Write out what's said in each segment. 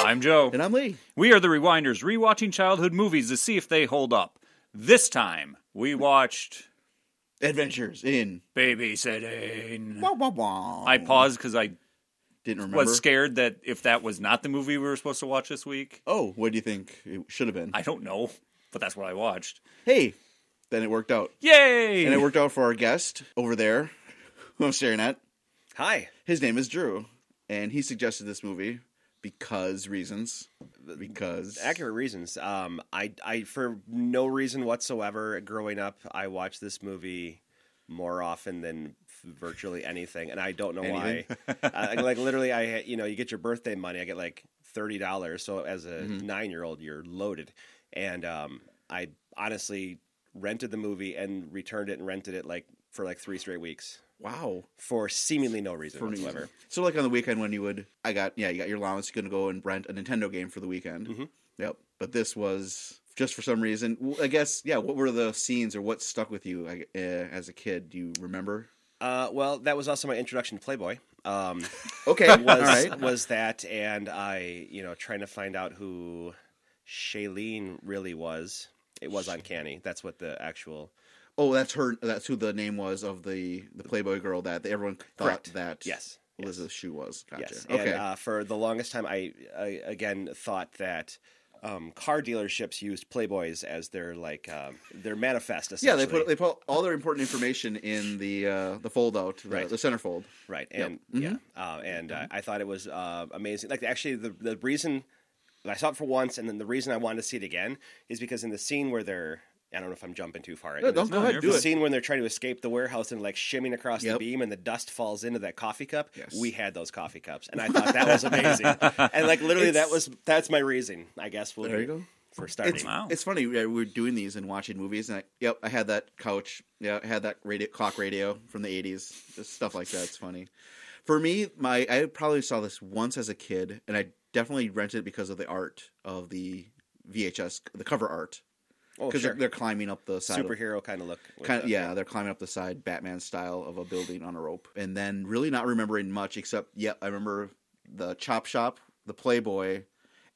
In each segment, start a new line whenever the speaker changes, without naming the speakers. I'm Joe.
And I'm Lee.
We are the Rewinders, rewatching childhood movies to see if they hold up. This time, we watched
Adventures in.
Babysitting.
Wah, wah, wah.
I paused because I
didn't remember.
was scared that if that was not the movie we were supposed to watch this week,
Oh, what do you think it should have been?
I don't know, but that's what I watched.
hey, then it worked out.
Yay!
And it worked out for our guest over there, who I'm staring at.
Hi.
His name is Drew, and he suggested this movie because reasons. Because.
Accurate reasons. Um, I, I, for no reason whatsoever, growing up, I watched this movie more often than virtually anything, and I don't know why. I, like literally, I, had- you know, you get your birthday money. I get like thirty dollars. So as a nine-year-old, you're loaded, and um, I honestly rented the movie and returned it and rented it like for like three straight weeks
Wow.
for seemingly no reason
For me.
whatsoever.
So, like on the weekend when you would, I got, yeah, you got your allowance, you're going to go and rent a Nintendo game for the weekend.
Mhm.
Yep. But this was just for some reason. w- I guess, yeah, what were the scenes or what stuck with you like, uh, as a kid? Do you remember?
Uh, well, that was also my introduction to Playboy. Um,
Okay.
was
All right.
was that, and I, you know, trying to find out who Shailene really was. It was uncanny. That's what the actual
Oh, that's her. That's who the name was of the the Playboy girl that everyone thought
Correct.
that
yes,
Liz Shue was. Gotcha.
yes.
Okay.
And uh, for the longest time, I, I again thought that. Um, car dealerships used Playboys as their like um, their manifest.
yeah,
Essentially.
they put they put all their important information in the uh, the fold out, the,
Right.
the centerfold.
Right. And
Mm-hmm.
yeah. Uh, and uh, I thought it was uh, amazing. Like actually, the the reason I saw it for once, and then the reason I wanted to see it again is because in the scene where they're I don't know if I'm jumping too far.
No,
into
don't
this.
go ahead.
you're
Do
the
it.
scene when they're trying to escape the warehouse and like shimming across
Yep.
the beam and the dust falls into that coffee cup.
Yes.
We had those coffee cups, and I thought that was amazing. and like literally, that
It's-
was that's my reason. I guess we'll
There you go.
for starting.
It's,
Wow.
it's funny. yeah, We were doing these and watching movies, and I, yep, I had that couch. Yeah, I had that radio clock radio from the '80s. Just stuff like that. It's funny. For me, my I probably saw this once as a kid, and I definitely rented it because of the art of the VHS, the cover art,
oh,
because
sure.
they're, they're climbing up the side. of-
superhero kind of look. with
kind
the-
of, yeah, they're climbing up the side Batman style of a building on a rope, and then really not remembering much except yeah, I remember the Chop Shop, the Playboy,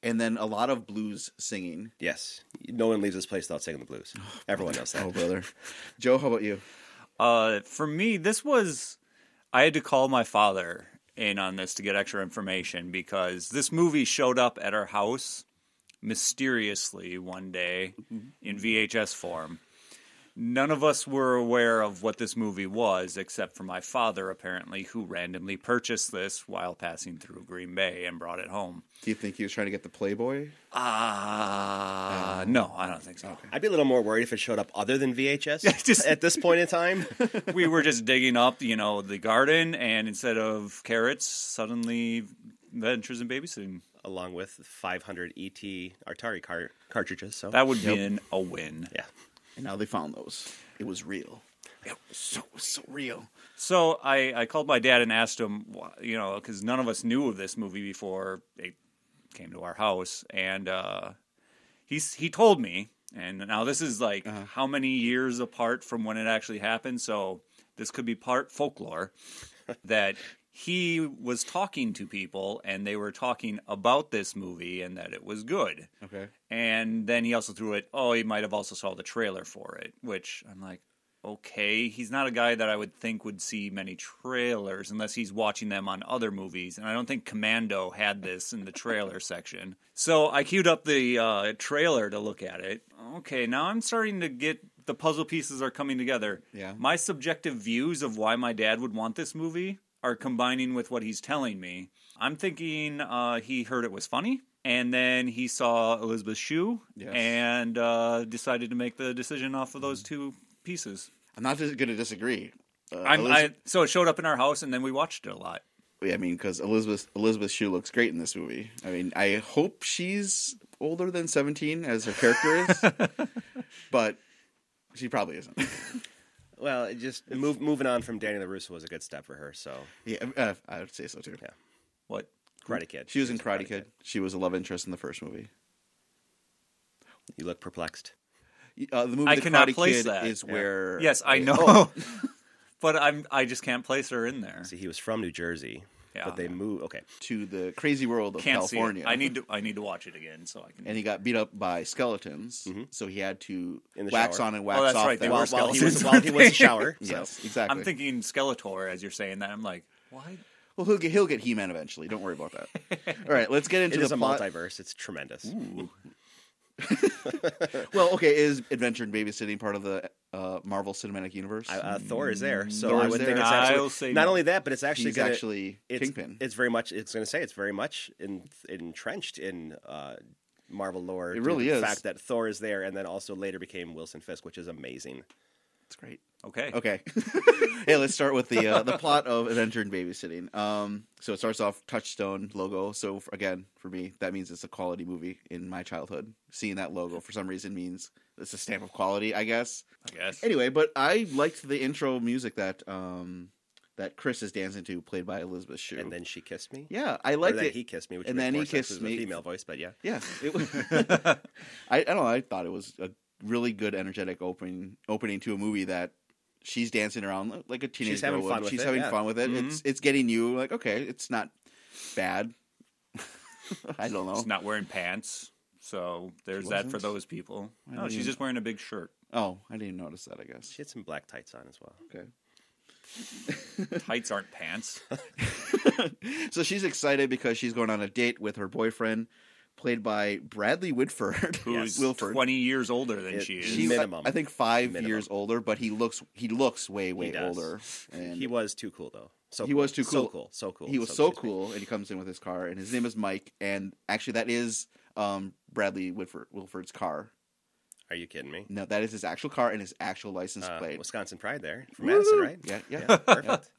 and then a lot of blues singing.
Yes. No one leaves this place without singing the blues. Everyone knows that.
Oh brother, Joe, how about you?
Uh, for me, this was I had to call my father in on this to get extra information because this movie showed up at our house mysteriously one day in VHS form. None of us were aware of what this movie was, except for my father, apparently, who randomly purchased this while passing through Green Bay and brought it home.
Do you think he was trying to get the Playboy?
Ah, no, I don't think so.
I'd be a little more worried if it showed up other than VHS
just-
at this point in time.
we were just digging up, you know, the garden, and instead of carrots, suddenly ventures in babysitting.
along with 500 ET Atari car- cartridges. So
That would be an, a win.
yeah,
And now they found those. It was real. It was so so real.
So I, I called my dad and asked him, wh- you know, because none of us knew of this movie before it came to our house, and uh, he's he told me. And now this is like how many years apart from when it actually happened, so this could be part folklore that he was talking to people and they were talking about this movie and that it was good.
Okay.
And then he also threw it, oh, he might have also saw the trailer for it, which I'm like, okay, he's not a guy that I would think would see many trailers unless he's watching them on other movies. And I don't think Commando had this in the trailer section. So I queued up the uh, trailer to look at it. Okay, now I'm starting to get the puzzle pieces are coming together.
Yeah.
My subjective views of why my dad would want this movie are combining with what he's telling me. I'm thinking uh, he heard it was funny, and then he saw Elizabeth Shue
Yes. Mm.
and uh, decided to make the decision off of those two pieces.
I'm not going to disagree. Uh,
I'm,
Elizabeth,
I, so it showed up in our house, and then we watched it a lot.
I, mean, because Elizabeth Elizabeth Shue looks great in this movie. I mean, I hope she's older than 17 as her character is, but she probably isn't.
well, it just move, moving on from Danny LaRusso was a good step for her. So
Yeah, uh, I would say so too.
Yeah.
What?
Karate Kid,
She was in
a
Karate Kid. She was a love interest in the first movie.
You look perplexed.
Uh, the movie
I
The
cannot
Karate
place
Kid
that.
is where Oh,
Yes, I know, but I'm I just can't place her in there.
See, he was from New Jersey.
Yeah.
but they move. Okay,
to the crazy world of
Can't
California.
see it. I need to. I need to watch it again so I can.
and he got beat up by skeletons, so he had to
Mm-hmm. In the
wax
shower.
on and wax
Oh, that's
off.
right, they
them.
were Well,
while, while he
skeletons
was while he was
were
a shower. so-
yes, exactly.
I'm thinking Skeletor as you're saying that. I'm like, why?
Well, he'll get he'll get He Man eventually. Don't worry about that. All right, let's get into
It
the
is a
plot.
multiverse. It's tremendous.
well, okay, is adventure and babysitting part of the uh, Marvel Cinematic Universe?
I- uh, Thor is there, so
Thor
I
is
would
there.
think it's
I'll
actually
say
not
no.
only that, but it's actually
He's
gonna,
actually
it's,
Kingpin.
It's very much. It's going to say it's very much in, entrenched in uh, Marvel lore.
It
due to
really
the
is.
fact that Thor is there, and then also later became Wilson Fisk, which is amazing.
it's great.
Okay.
Okay. hey, let's start with the uh, the plot of Adventure and Babysitting. Um, so it starts off Touchstone logo. So f- again, for me, that means it's a quality movie in my childhood. Seeing that logo for some reason means it's a stamp of quality, I guess.
I guess.
Anyway, but I liked the intro music that um that Chris is dancing to, played by Elizabeth Shue.
And then she kissed me.
yeah, I
Or
liked
that
it.
he kissed me, which
and
would
then
make more
he
sense
kissed
with a
me.
female voice, but yeah,
Yeah, it was, I, I don't know. I thought it was a really good, energetic opening opening to a movie that she's dancing around like a teenager.
having
would.
fun with
she's
it,
having
yeah. Mm-hmm.
fun with it.
Mhm.
It's it's getting you like okay, it's not bad. I don't know.
She's not wearing pants, so there's
She
that for
wasn't?
those people.
I
No,
didn't
she's
even-
just wearing a big shirt,
Oh, I didn't notice that. I guess.
she had some black tights on as well.
Okay.
tights aren't pants.
so she's excited because she's going on a date with her boyfriend, played by Bradley Whitford,
Who's
Wilford.
twenty years older than
It-
she is?
She's,
Minimum.
I think five
Minimum.
years older, but he looks he looks way way
does.
older. And
He was too cool though. So
He was too
So
cool.
cool. So cool.
he was so
excuse me.
cool, and he comes in with his car, and his name is Mike, and actually that is um, Bradley Whitford, Wilford's car.
Are you kidding me?
No, that is his actual car and his actual license
Uh,
plate.
Wisconsin Pride there from
Woo!
Madison, right?
Yeah, yeah, yeah.
Yeah, perfect.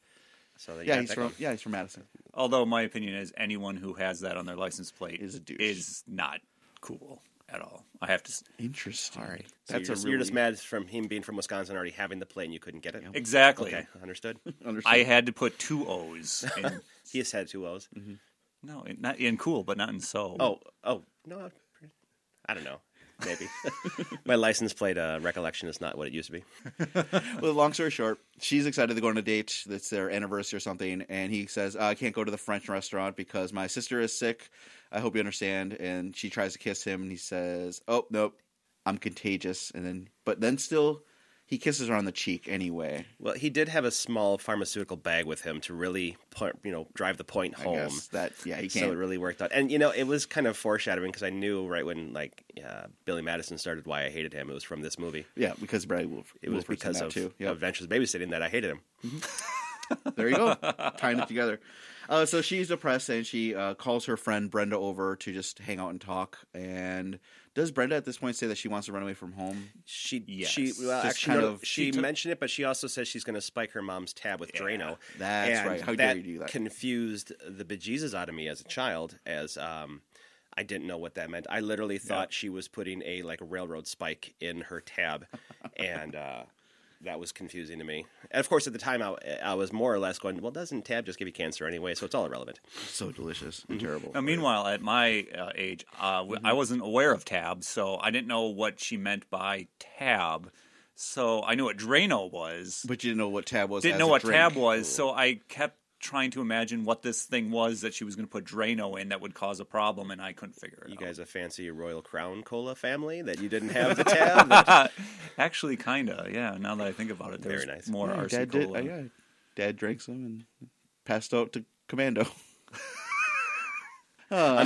So there you got
he's
that
from
going.
yeah, he's from Madison.
Although my opinion is, anyone who has that on their license plate
Is a douche.
Is not cool at all. I have to. s-
Interesting.
So
that's
you're,
a
just,
really
you're just mad from him being from Wisconsin already having the plate and you couldn't get it.
Exactly.
Okay, understood.
I
understand.
had to put two O's. In,
He has had two O's.
Mm-hmm.
no, in, not in cool, but not in so.
Oh, oh no, I'm pretty- I don't know. Maybe my license plate uh, recollection is not what it used to be.
well, long story short, she's excited to go on a date. That's their anniversary or something, and he says, "I can't go to the French restaurant because my sister is sick. I hope you understand." And she tries to kiss him, and he says, "Oh nope, I'm contagious." And then, but then still, he kisses her on the cheek anyway.
Well, he did have a small pharmaceutical bag with him to really, pu- you know, drive the point
I
home.
guess that yeah, he
So
can't.
it really worked out. And you know, it was kind of foreshadowing because I knew right when like uh, Billy Madison started why I hated him. It was from this movie.
yeah, because Brad Wolf.
It was
Wilford's in
because
that
of
too. Yep.
Adventures Babysitting that I hated him.
There you go. Tying it together. Uh, so she's depressed and she uh, calls her friend Brenda over to just hang out and talk. And does Brenda at this point say that she wants to run away from home?
She
Yes.
she well,
Just
actually
kind
no,
of-
she,
she took-
mentioned it, but she also says she's going to spike her mom's tab with Drano.
That's
And
right. How
that
dare you do that?
Confused the bejesus out of me as a child. As um, I didn't know what that meant. I literally thought she was putting a like railroad spike in her tab, and uh, that was confusing to me. And of course, at the time, I, I was more or less going, "Well, doesn't tab just give you cancer anyway?" So it's all irrelevant.
so delicious
Mm-hmm.
and terrible.
Now, meanwhile, at my uh, age, uh, w-
Mm-hmm.
I wasn't aware of tab, so I didn't know what she meant by tab. So I knew what Drano was,
but you didn't know what tab was.
didn't
as
know
a
what
drink.
tab was, so I kept trying to imagine what this thing was that she was going to put Drano in that would cause a problem, and I couldn't figure it
You
out.
guys a fancy royal crown cola family that you didn't have the tab.
Actually, kinda, yeah. Now that I think about it, there's
Very nice.
more
Yeah,
RC
Dad did.
Cola.
Uh, yeah, Dad drank some and passed out to Commando.
on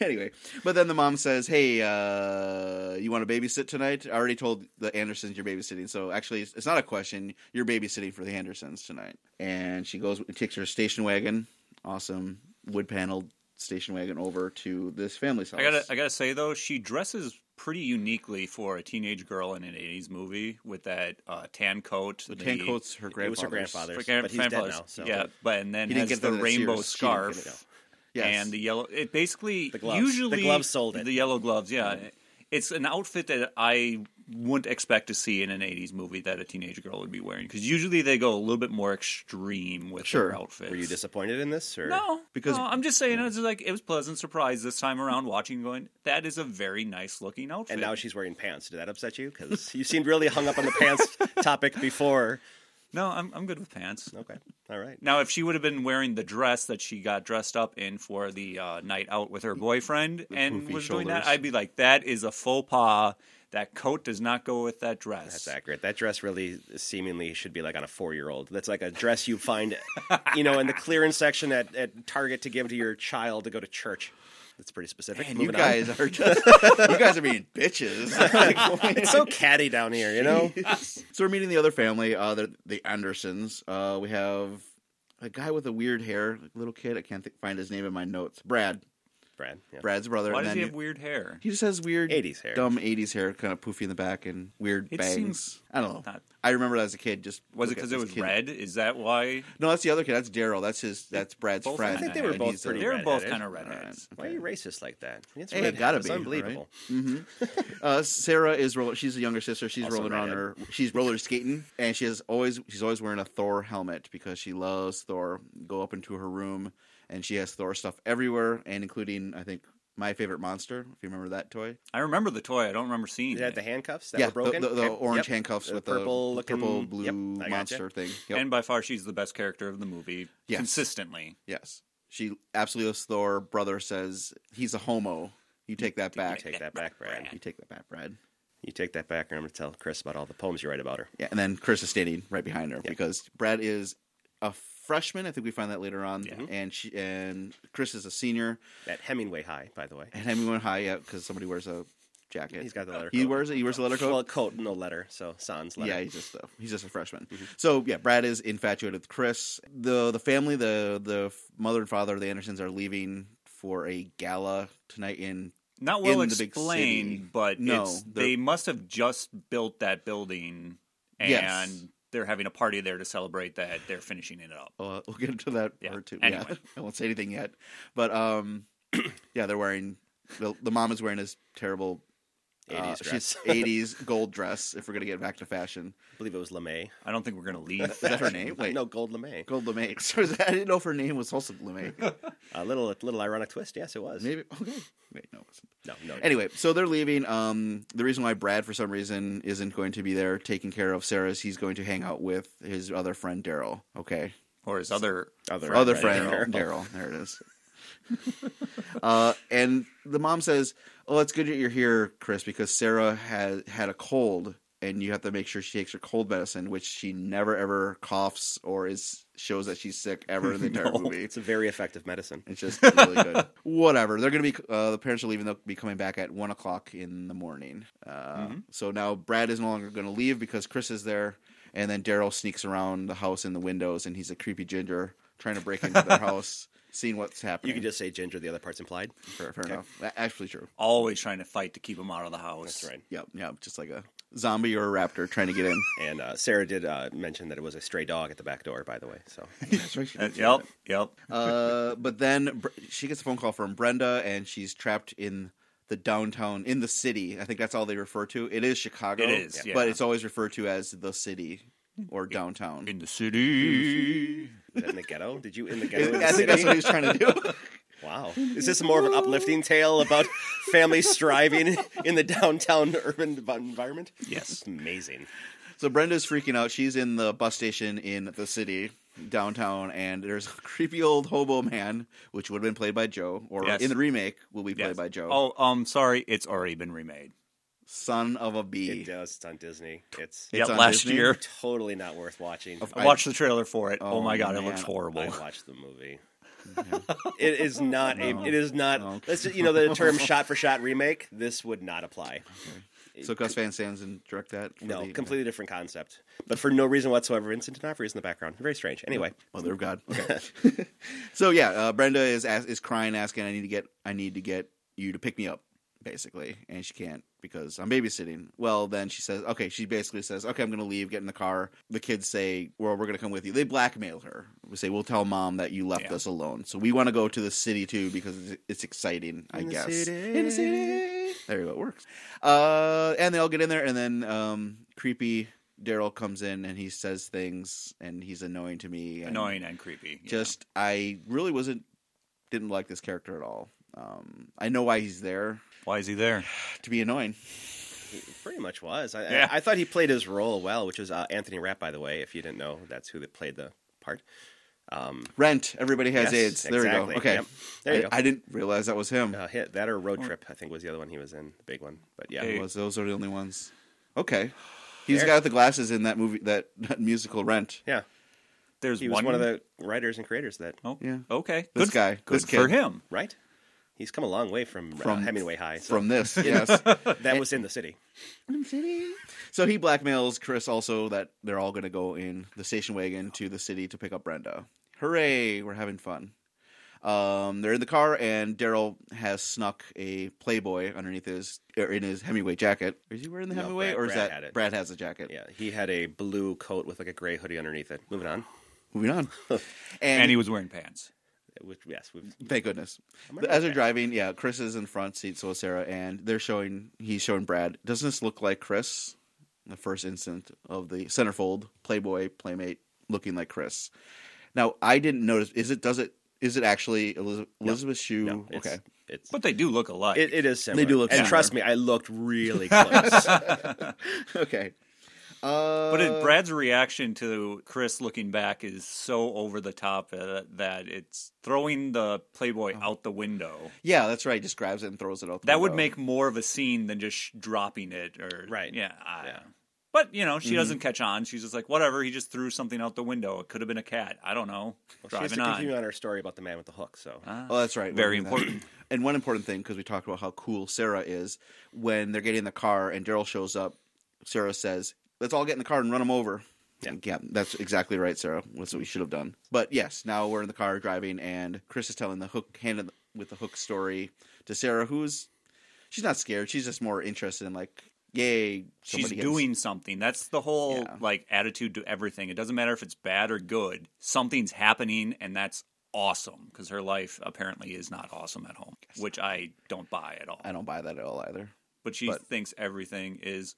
anyway, but then the mom says, "Hey, uh, you want to babysit tonight? I already told the Andersons you're babysitting, so actually, it's, it's not a question. You're babysitting for the Andersons tonight." And she goes and takes her station wagon, awesome wood paneled station wagon, over to this family's house.
I gotta, I gotta say though, she dresses pretty uniquely for a teenage girl in an '80s movie with that uh, tan coat,
the tan coats her
It
grandfather.
was her grandfather's,
Forget-
but he's dead
grandfather's.
now. So
Yeah, but and then
He didn't
has
get
the
that at
rainbow
Sears. She didn't get
scarf
it, Yes.
and the yellow. It basically
The gloves. The
usually
gloves sold it.
The yellow gloves. Yeah, it's an outfit that I wouldn't expect to see in an '80s movie that a teenage girl would be wearing because usually they go a little bit more extreme with
Sure.
their outfits.
Were you disappointed in this? Or?
No,
Because-
because I'm just saying it was like it was a pleasant surprise this time around watching. Going, that is a very nice looking outfit.
And now she's wearing pants. Did that upset you? Because you seemed really hung up on the pants topic before.
no, I'm I'm good with pants.
Okay. All right.
Now, if she would have been wearing the dress that she got dressed up in for the uh, night out with her boyfriend and
poofy
was doing that,
shoulders.
I'd be like, that is a faux pas. That coat does not go with that dress.
That's accurate. That dress really seemingly should be like on a four year old. That's like a dress you find, you know, in the clearance section at, at Target to give to your child to go to church. That's pretty specific.
Man, you
Moving on.
guys are just you guys are being bitches. Like,
It's so catty down here, you know?
so we're meeting the other family, uh, the, the Andersons. Uh, we have a guy with a weird hair, like little kid. I can't th- find his name in my notes. Brad,
Brad. yeah.
Brad's brother.
Why
and
does
then
he have weird hair?
he just has weird
80s hair.
dumb '80s hair, kind of poofy in the back and weird
It
bangs.
seems
I don't know.
not-
I remember that as a kid. Just
Was it
look at
because it
this
was
kid.
red? Is that why?
No, that's the other kid. That's Daryl. That's his. That's Brad's
Both
friend.
I think they
were
And
both
he's
pretty
They're both
redheaded.
kind of
All right,
redheads.
Why are you racist like that? It's
Hey,
redhead.
gotta
It's
be,
unbelievable.
Uh, Sarah is roll- she's the younger sister. She's
Also
rolling on her.
redhead.
She's roller skating, and she has always she's always wearing a Thor helmet because she loves Thor. Go up into her room, and she has Thor stuff everywhere, and including I think my favorite monster. If you remember that toy,
I remember the toy. I don't remember seeing
You had
it.
the handcuffs that
yeah,
were broken.
the, the, the
Okay.
orange
Yep.
handcuffs
The
with
purple
the
looking-
purple
Yep,
blue
I gotcha.
monster thing. Yep.
And by far, she's the best character of the movie
Yes.
consistently.
yes, she absolutely loves Thor. Brother says he's a homo. You take that back.
Take that back, Brad.
You take that back, Brad.
You take that back, and I'm going to tell Chris about all the poems you write about her.
Yeah, and then Chris is standing right behind her because Brad is a freshman. I think we find that later on, and she and Chris is a senior,
At Hemingway High, by the way.
and Hemingway went high yeah because somebody wears a jacket.
He's got the letter
He
coat.
wears it. He wears a letter coat.
Well, coat, no letter. So sans letter.
Yeah, he's just a, he's just a freshman. So yeah, Brad is infatuated with Chris. the The family, the the f- mother and father, of the Andersons, are leaving for a gala tonight in
Not well
In the big city.
explained, but
No,
it's,
they're-
they must have just built that building, and
Yes.
they're having a party there to celebrate that they're finishing it up.
Uh, we'll get into that
Yeah,
part too. Yeah,
anyway.
I won't say anything yet. But um, yeah, they're wearing the, the mom is wearing this terrible Uh,
80s dress.
eighties gold dress. If we're gonna get back to fashion,
I believe it was LeMay. Uh,
I don't think we're gonna leave.
is that her name? Wait,
No, Gold LeMay.
Gold LeMay. So is that- I didn't know if her name was also LeMay.
A little, a little ironic twist. Yes, it was.
Maybe okay. Wait, no. It wasn't.
No, no.
Anyway, so they're leaving. Um, the reason why Brad, for some reason, isn't going to be there taking care of Sarah is he's going to hang out with his other friend Daryl. Okay,
or his other
Other
other
right,
friend Oh.
Daryl.
Daryl. There it is. uh, and the mom says, "Oh, it's good that you're here, Chris, because Sarah had had a cold, and you have to make sure she takes her cold medicine, which she never ever coughs or is shows that she's sick ever in the entire movie.
It's a very effective medicine.
It's just really good. Whatever. They're gonna be uh, the parents are leaving. They'll be coming back at one o'clock in the morning. Uh,
Mm-hmm.
So now Brad is no longer gonna leave because Chris is there, and then Daryl sneaks around the house in the windows, and he's a creepy ginger trying to break into their house, seeing what's happening.
You can just say ginger. The other part's implied.
fair, fair enough. A- Actually, true.
always trying to fight to keep him out of the house.
That's right.
Yep, yep. Just like a zombie or a raptor trying to get in.
And uh, Sarah did uh, mention that it was a stray dog at the back door, by the way. So
That's right.
Uh, yep, yep.
Uh, but then Br- she gets a phone call from Brenda, and she's trapped in the downtown in the city. I think that's all they refer to. It is Chicago.
It is, yeah.
but it's always referred to as the city or downtown.
In the city.
Is that in the ghetto? Did you in the ghetto? in the
I think that's
city?
what he was trying to do.
Wow. Is this more of an uplifting tale about families striving in the downtown urban env- environment?
Yes.
It's amazing.
So Brenda's freaking out. She's in the bus station in the city downtown, and there's a creepy old hobo man, which would have been played by Joe, or
Yes.
in the remake will be played
Yes.
by Joe.
Oh, um, sorry, it's already been remade.
son of a bee.
It does. It's on Disney. It's
It's
yeah,
on
last
Disney?
year.
totally not worth watching.
I
I-
watched the trailer for it. Oh,
Oh,
my god,
man.
it looks horrible.
I watched the movie. It is not
No.
a. It is not.
No.
Let's just, you know the term "shot for shot" remake. This would not apply.
So Gus Van Sands and direct that. for
No,
the-
completely different concept. But for no reason whatsoever, Vincent D'Onofrio is in the background. Very strange. Anyway,
Mother of God. Okay. so yeah, uh, Brenda is as, is crying, asking, "I need to get, I need to get you to pick me up," basically, and she can't because I'm babysitting. Well, then she says, "Okay." She basically says, "Okay, I'm going to leave. Get in the car." The kids say, "Well, we're going to come with you." They blackmail her. We say, "We'll tell mom that you left
Yeah.
us alone." So we want to go to the city too because it's, it's exciting. I
In the
guess
city.
in the city. There you go. It works. Uh, and they all get in there, and then um, creepy. Daryl comes in and he says things and he's annoying to me. And
Annoying and creepy. yeah.
just I really wasn't didn't like this character at all. Um, I know why he's there
why is he there?
to be annoying.
it pretty much was. I,
Yeah.
I, I thought he played his role well, which was uh, Anthony Rapp, by the way. If you didn't know, that's who that played the part. Um,
Rent. Everybody has
yes,
AIDS. There we
exactly.
go. Okay.
Yep. There you
I, Oh.
go.
I didn't realize that was him.
uh, hit that or road trip. I think was the other one he was in, the big one. But yeah,
Hey.
was. Those are the only ones. Okay. he's
There.
got the glasses in that movie, that, that musical Rent.
yeah,
There's
he was
one,
one, of the writers and creators of that.
Oh,
Yeah.
Okay.
This
good,
guy.
Good
This
for
kid.
him.
Right? He's come a long way from, uh,
From-
Hemingway High. So
From this, yes.
that was in the city.
so he blackmails Chris also that they're all going to go in the station wagon to the city to pick up Brenda. Hooray, we're having fun. Um, they're in the car, and Daryl has snuck a Playboy underneath his or in his Hemingway jacket. Is he wearing the
No,
Hemingway,
Brad-
or is
Brad
that
had it.
Brad has a jacket?
Yeah, he had a blue coat with like a gray hoodie underneath it. Moving on.
Moving on, and,
And he was wearing pants.
Which, yes, we've,
Thank goodness.
remembering
As they're
that.
driving, yeah, Chris is in front seat, so is Sarah, and they're showing he's showing Brad. Doesn't this look like Chris? The first instant of the centerfold Playboy playmate looking like Chris. Now I didn't notice. Is it? Does it? Is it actually Eliz- Elizabeth Shue?
no, it's,
okay,
It's,
But they do look alike.
it, it is similar.
do look
and
similar.
trust me, I looked really close.
okay. Uh,
but it, Brad's reaction to Chris looking back is so over the top uh, that it's throwing the Playboy out the window.
yeah, that's right. Just grabs it and throws it out. The
That would
window.
make more of a scene than just sh- dropping it or
Right.
Yeah, I-
Yeah.
But you know, she doesn't catch on. She's just like, whatever. He just threw something out the window. It could have been a cat. I don't know.
she has to
Driving
continue
on. Ah.
on her story about the man with the hook. So
Oh, that's right.
Very
We'll do that.
important.
And one important thing, because we talked about how cool Sarah is, when they're getting in the car and Daryl shows up, Sarah says, "Let's all get in the car and run him over."
Yeah.
And yeah, that's exactly right, Sarah. That's what we should have done. But yes, now we're in the car driving, and Chris is telling the hook hand in the- with the hook story to Sarah, who's she's not scared. She's just more interested in like, yay,
She's
somebody gets-
doing something. That's the whole
Yeah.
like attitude to everything. It doesn't matter if it's bad or good. Something's happening, and that's awesome because her life apparently is not awesome at home, which I don't buy at all.
I don't buy that at all either.
But she
but-
thinks everything is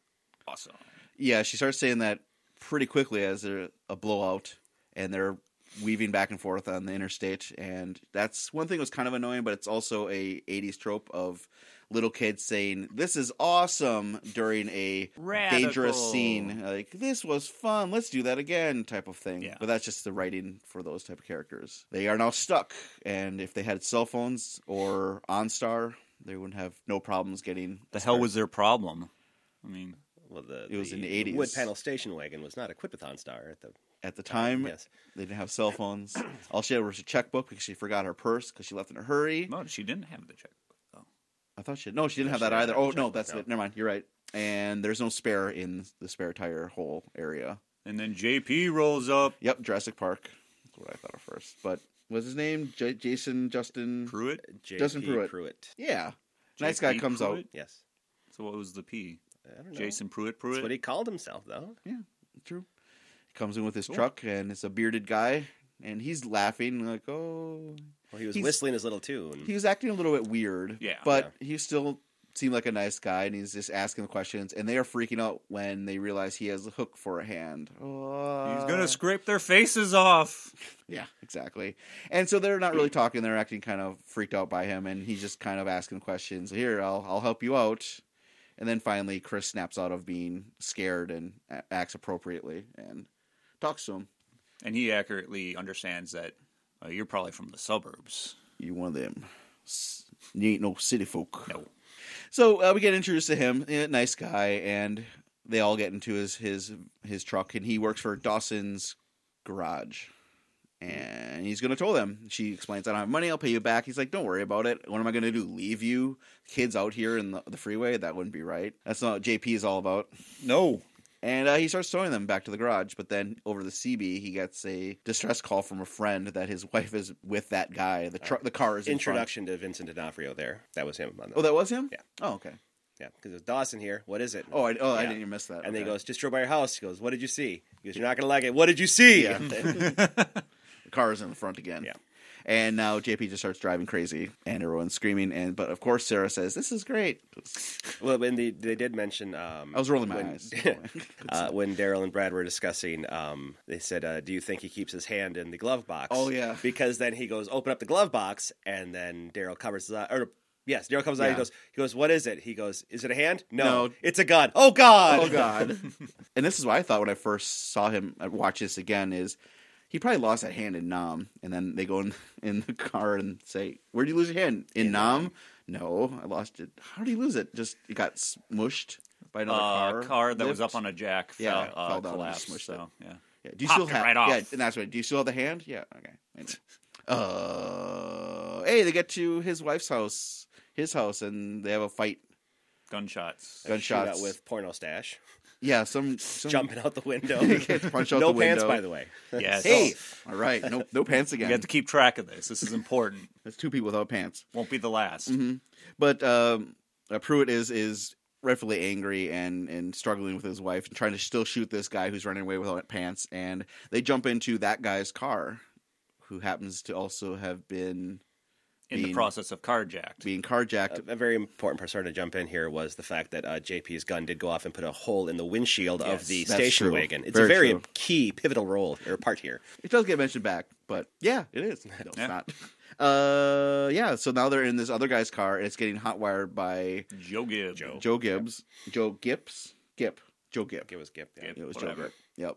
awesome.
Yeah, she starts saying that pretty quickly as they're a blowout and they're weaving back and forth on the interstate. And that's one thing that was kind of annoying, but it's also a 80s trope of little kids saying, This is awesome during a dangerous
Radical.
scene. Like, this was fun. Let's do that again, type of thing.
Yeah.
But that's just the writing for those type of characters. They are now stuck. And if they had cell phones or OnStar, they wouldn't have no problems getting
The hell was their problem? I mean,
well, the,
It was in the 80s.
Wood panel station wagon was not equipped with OnStar at the
at the time.
yes.
They didn't have cell phones. All she had was a checkbook because she forgot her purse because she left in a hurry.
no, she didn't have the check. though.
I thought she no, she didn't
No,
have
she
that
didn't
either.
have
Oh
a
no,
checkbook,
that's
no.
it. Never mind. You're right. And there's no spare in the spare tire hole area.
And then JP rolls up.
Yep, Jurassic Park. That's what I thought at first. But was his name J- Jason Justin?
Pruitt.
J.P.
Justin Pruitt. Yeah, nice guy
JP
comes out.
Pruitt?
Yes,
So what was the P?
I don't know.
Jason Pruitt. Pruitt.
That's what he called himself, though.
True. He comes in with his
Cool.
truck and it's a bearded guy and he's laughing like, oh,
Well, he was
He's-
whistling his little tune.
he was acting a little bit weird.
Yeah.
But he still seemed like a nice guy and he's just asking the questions and they are freaking out when they realize he has a hook for a hand.
He's
Oh.
gonna scrape their faces off.
Yeah, exactly. And so they're not really talking, they're acting kind of freaked out by him and he's just kind of asking questions. Here, I'll I'll help you out. And then finally Chris snaps out of being scared and a- acts appropriately and talks to him.
And he accurately understands that uh, you're probably from the suburbs.
You one of them. S- You ain't no city folk.
No.
So uh, we get introduced to him, eh, nice guy, and they all get into his his his truck, and he works for Dawson's garage, and he's gonna tow them. She explains, "I don't have money. I'll pay you back." He's like, "Don't worry about it. What am I gonna do? Leave you kids out here in the, the freeway? That wouldn't be right. That's not what JP is all about."
No.
And uh, he starts towing them back to the garage, but then over the CB, he gets a distress call from a friend that his wife is with that guy. The truck, the car is in front.
Introduction to Vincent D'Onofrio. There, that was him. On the,
Oh, that was him.
Yeah.
Oh, okay.
yeah, because it was Dawson here. What is it?
Oh, I, oh, I
Yeah.
didn't even miss that.
and then he
Okay.
goes, just drove by your house. He goes, what did you see? He goes, you're not gonna like it. What did you see?
Yeah. the car is in the front again.
Yeah.
And now JP just starts driving crazy, and everyone's screaming. And but of course Sarah says, "This is great."
well, when they, they did mention, um,
I was rolling my
when,
eyes.
uh, when Daryl and Brad were discussing, um, they said, uh, "Do you think he keeps his hand in the glove box?"
Oh, yeah.
because then he goes, "Open up the glove box," and then Daryl covers his eye. Or, yes, Daryl covers his eye. He
Yeah.
goes, "He goes, what is it?" He goes, "Is it a hand?" No,
No.
it's a gun. Oh God!
oh God! and this is what I thought when I first saw him I watched this uh, again: is He probably lost that hand in Nam, and then they go in, in the car and say, "Where'd you lose your hand in Nam?" No, I lost it. How did he lose it? Just it got smushed by another
uh,
car.
car that was
lift?
up on a jack fell,
Yeah,
uh,
fell down and
collapsed.
smushed
So yeah,
Yeah. Do you
Popped
still
it
have?
right off.
Yeah, and that's right. Do you still have the hand? Yeah. Okay. Anyway. Uh, hey, they get to his wife's house, his house, and they have a fight.
gunshots.
Good. Gunshots.
Shootout with porno stash
Yeah, some, some
jumping out the window.
punch out
no
the
pants,
window.
by the way. Oh.
Yes.
Hey, all right, no, no pants
you
again.
have to keep track of this. This is important.
That's two people without pants.
Won't be the last.
Mm-hmm. But um, uh, Pruitt is is rightfully angry and and struggling with his wife and trying to still shoot this guy who's running away without pants. And they jump into that guy's car, who happens to also have been
In the
Being-
process of carjacked.
being carjacked.
A very important part- sorry to jump in here was the fact that uh, JP's gun did go off and put a hole in the windshield of the
that's
station
true.
wagon. It's
Very
a very
true.
key pivotal role or part here.
It does get mentioned back, but yeah, it is. No, it's
Yeah.
not. Uh, yeah. So now they're in this other guy's car, and it's getting hotwired by
Joe Gibbs.
Joe.
Joe Gibbs, Joe Gibbs, Gip, Joe Gibb.
It was Gip. Yeah.
Gip.
It was
Whatever.
Joe Gibb. Yep.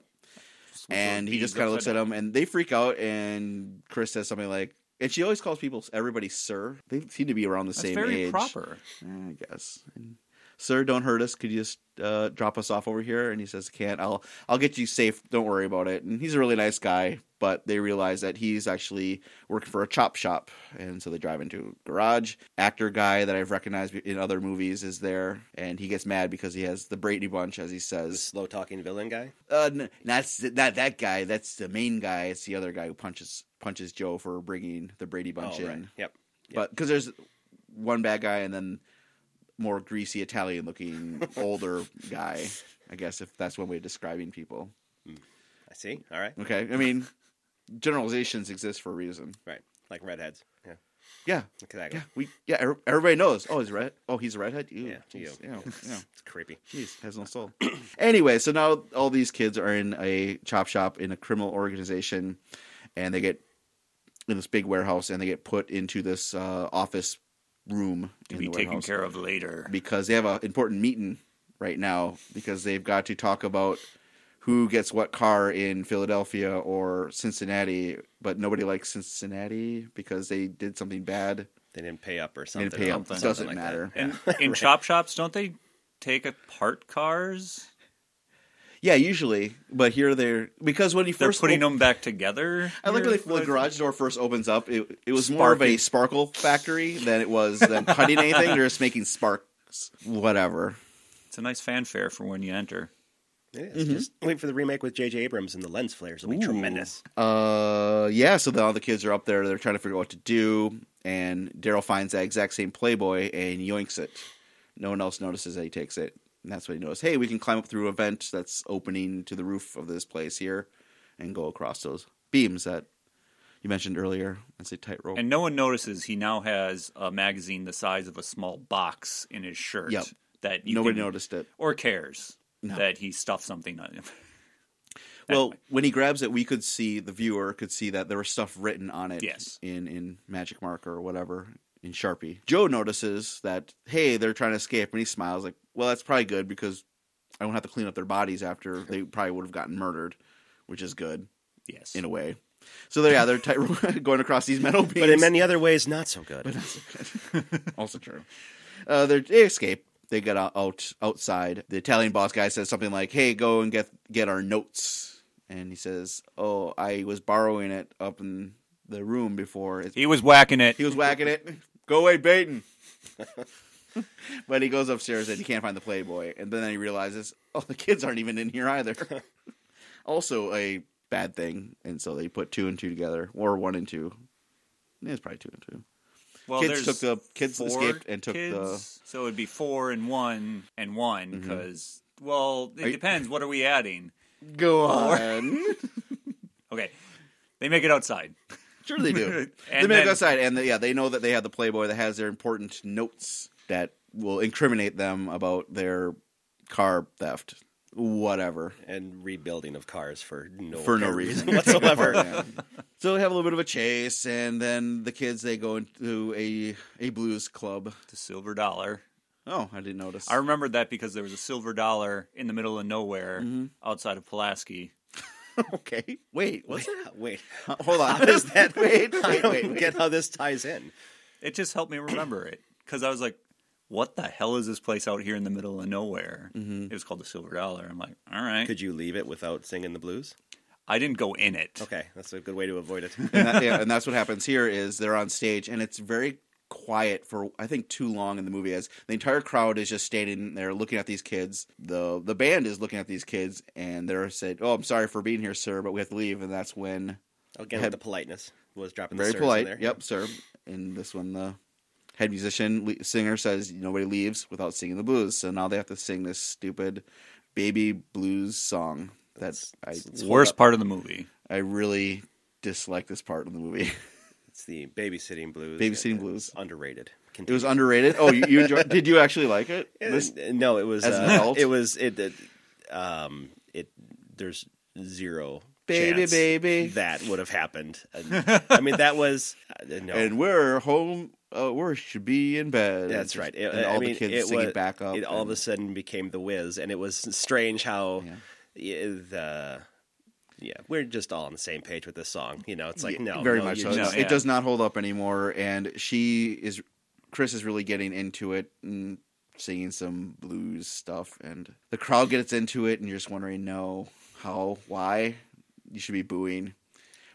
Switch
and
those
he just
bees
kind of looks
upside
at
down.
him, and they freak out. And Chris says something like, "And she always calls people everybody sir. They seem to be around the
That's
same
very
age.
proper.
I guess. And, Sir, don't hurt us. Could you just uh, drop us off over here? And he says, "Can't. I'll I'll get you safe. Don't worry about it." And he's a really nice guy, but they realize that he's actually working for a chop shop, and so they drive into a garage. Actor guy that I've recognized in other movies is there, and he gets mad because he has the Brady bunch, as he
The
says.
slow talking villain guy.
Uh, n- that's not that guy. That's the main guy. It's the other guy who punches punches Joe for bringing the Brady bunch
Oh,
in.
Yep.
But because there's one bad guy and then more greasy Italian looking older guy, I guess if that's one way of describing people.
I see. All right.
Okay, I mean generalizations exist for a reason.
Right. Like redheads. Yeah.
Yeah,
Exactly.
yeah, we yeah er- everybody knows. Oh, he's red. Oh, he's a redhead. Ew,
Yeah,
jeez, ew,
you.
yeah.
It's creepy.
Jeez, has no soul. anyway, so now all these kids are in a chop shop in a criminal organization, and they get in this big warehouse, and they get put into this uh, office room
To
in
be
the
taken
warehouse
care of later.
because they have an important meeting right now because they've got to talk about who gets what car in Philadelphia or Cincinnati, but nobody likes Cincinnati because they did something bad.
They didn't pay up or
They
something.
didn't pay up.
something
Doesn't
like that.
matter.
And in chop shops, don't they take apart cars?
Yeah, usually, but here they're because when you
They're
first
putting
op-
them back together.
I like when, they,
here?
when the garage door first opens up. It, it was more of a sparkle factory than it was them cutting anything. They're just making sparks, whatever.
It's a nice fanfare for when you enter.
It
Mm-hmm.
is. Just wait for the remake with J.J. Abrams and the lens flares. It'll be
Ooh.
tremendous.
Uh, yeah. So now the kids are up there. They're trying to figure out what to do, and Daryl finds that exact same Playboy and yoinks it. No one else notices that he takes it, and that's what he noticed. Hey, we can climb up through a vent that's opening to the roof of this place here, and go across those beams that you mentioned earlier. That's a tightrope.
And no one notices he now has a magazine the size of a small box in his shirt.
Yep.
That you
Nobody
can-
noticed it.
or cares
No.
that he stuffed something. on him.
Well, when he grabs it, we could see the viewer could see that there was stuff written on it.
Yes.
in in magic marker or whatever in Sharpie. Joe notices that hey, they're trying to escape, and he smiles like, "Well, that's probably good because I don't have to clean up their bodies after they probably would have gotten murdered, which is good
Yes.
in a way." So they're yeah, they're tight- going across these metal beams.
But in many other ways, not so good.
also true. Uh, they're, they escape. They get out, out outside. The Italian boss guy says something like, "Hey, go and get get our notes." And he says, "Oh, I was borrowing it up in the room before. It's,
he was whacking it.
he was whacking it. Go away, Baton." but he goes upstairs and he can't find the Playboy. And then he realizes, "Oh, the kids aren't even in here either." also, a bad thing. And so they put two and two together, or one and two. It's probably two and two.
well,
kids
there's
took the- kids
four
escaped and took the- Mm-hmm.
kids, So it'd be four and one and one because well, it
Are you-
depends. What are we adding?
Go on.
Okay, they make it outside.
Sure they do. they
And
make it
then-
outside, and they, yeah, they know that they have the Playboy that has their important notes that will incriminate them about their car theft, whatever,
And rebuilding of cars for no
for no
apparent
reason
whatsoever.
Yeah. So they have a little bit of a chase, and then the kids they go into a a blues club.
The silver dollar.
Oh, I didn't notice. Mm-hmm.
I remembered that because there was a silver dollar in the middle of nowhere outside of Pulaski.
okay. Wait. What's
Yeah, Wait,
that? Hold on.
how does that?
Wait.
I
Wait.
don't
Wait. wait.
get how this ties in.
It just helped me remember it because I was like, "What the hell is this place out here in the middle of nowhere?"
Mm-hmm.
It was called the Silver Dollar. I'm like, "All right."
Could you leave it without singing the blues?
I didn't go in it.
Okay, that's a good way to avoid it.
and, that, yeah, and that's what happens here is they're on stage and it's very quiet for I think too long in the movie as the entire crowd is just standing there looking at these kids. The the band is looking at these kids and they're said, "Oh, I'm sorry for being here, sir, but we have to leave." And that's when
Again, with the politeness was dropping the
very
sirs in
polite,
there.
"Yep, sir." And this one the head musician le- singer says, "Nobody leaves without singing the blues." So now they have to sing this stupid baby blues song. That's I
It's the worst part of the movie.
I really dislike this part of the movie.
It's the babysitting blues.
Babysitting
It's
blues.
underrated.
It was underrated. Oh, you, you enjoyed? Did you actually like it? This-
Uh, no, it was
as an
uh,
adult?
It was it, it. Um, it there's zero
Baby,
chance
baby.
that would have happened. And, I mean, that was uh, no.
and we're home. Uh, we should be in bed.
that's right. It,
and
I
all
mean,
the kids
it
singing
was,
back up.
It all of
and-
a sudden became the whiz, and it was strange how
Yeah.
yeah, the. Yeah, we're just all on the same page with this song. You know, it's like
Yeah,
no,
very
no,
much.
you
So.
just-
It's-
No, yeah.
It does not hold up anymore. And she is, Chris is really getting into it and singing some blues stuff. And the crowd gets into it, and you're just wondering, no, how, why? You should be booing.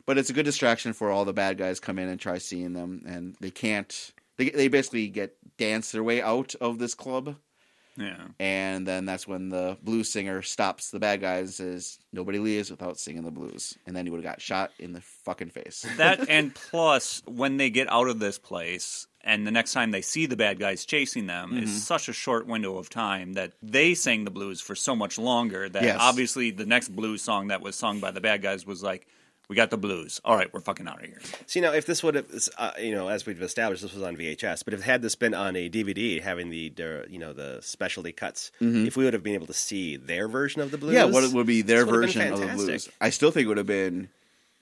But it's a good distraction for all the bad guys come in and try seeing them, and they can't. They they basically get dance their way out of this club.
Yeah.
and then that's when the blues singer stops the bad guys and says nobody leaves without singing the blues and then he would have got shot in the fucking face
That and plus when they get out of this place and the next time they see the bad guys chasing them
Mm-hmm.
is such a short window of time that they sang the blues for so much longer that
Yes.
obviously the next blues song that was sung by the bad guys was like we got the blues. All right, we're fucking out of here.
So, you know, if this would have, uh, you know, as we've established, this was on VHS, but if had this been on a DVD, having the, the you know, the specialty cuts, if we would have been able to see their version of the blues,
Mm-hmm. yeah what would be their
this would've been
version of the blues
fantastic.
i still think it would have been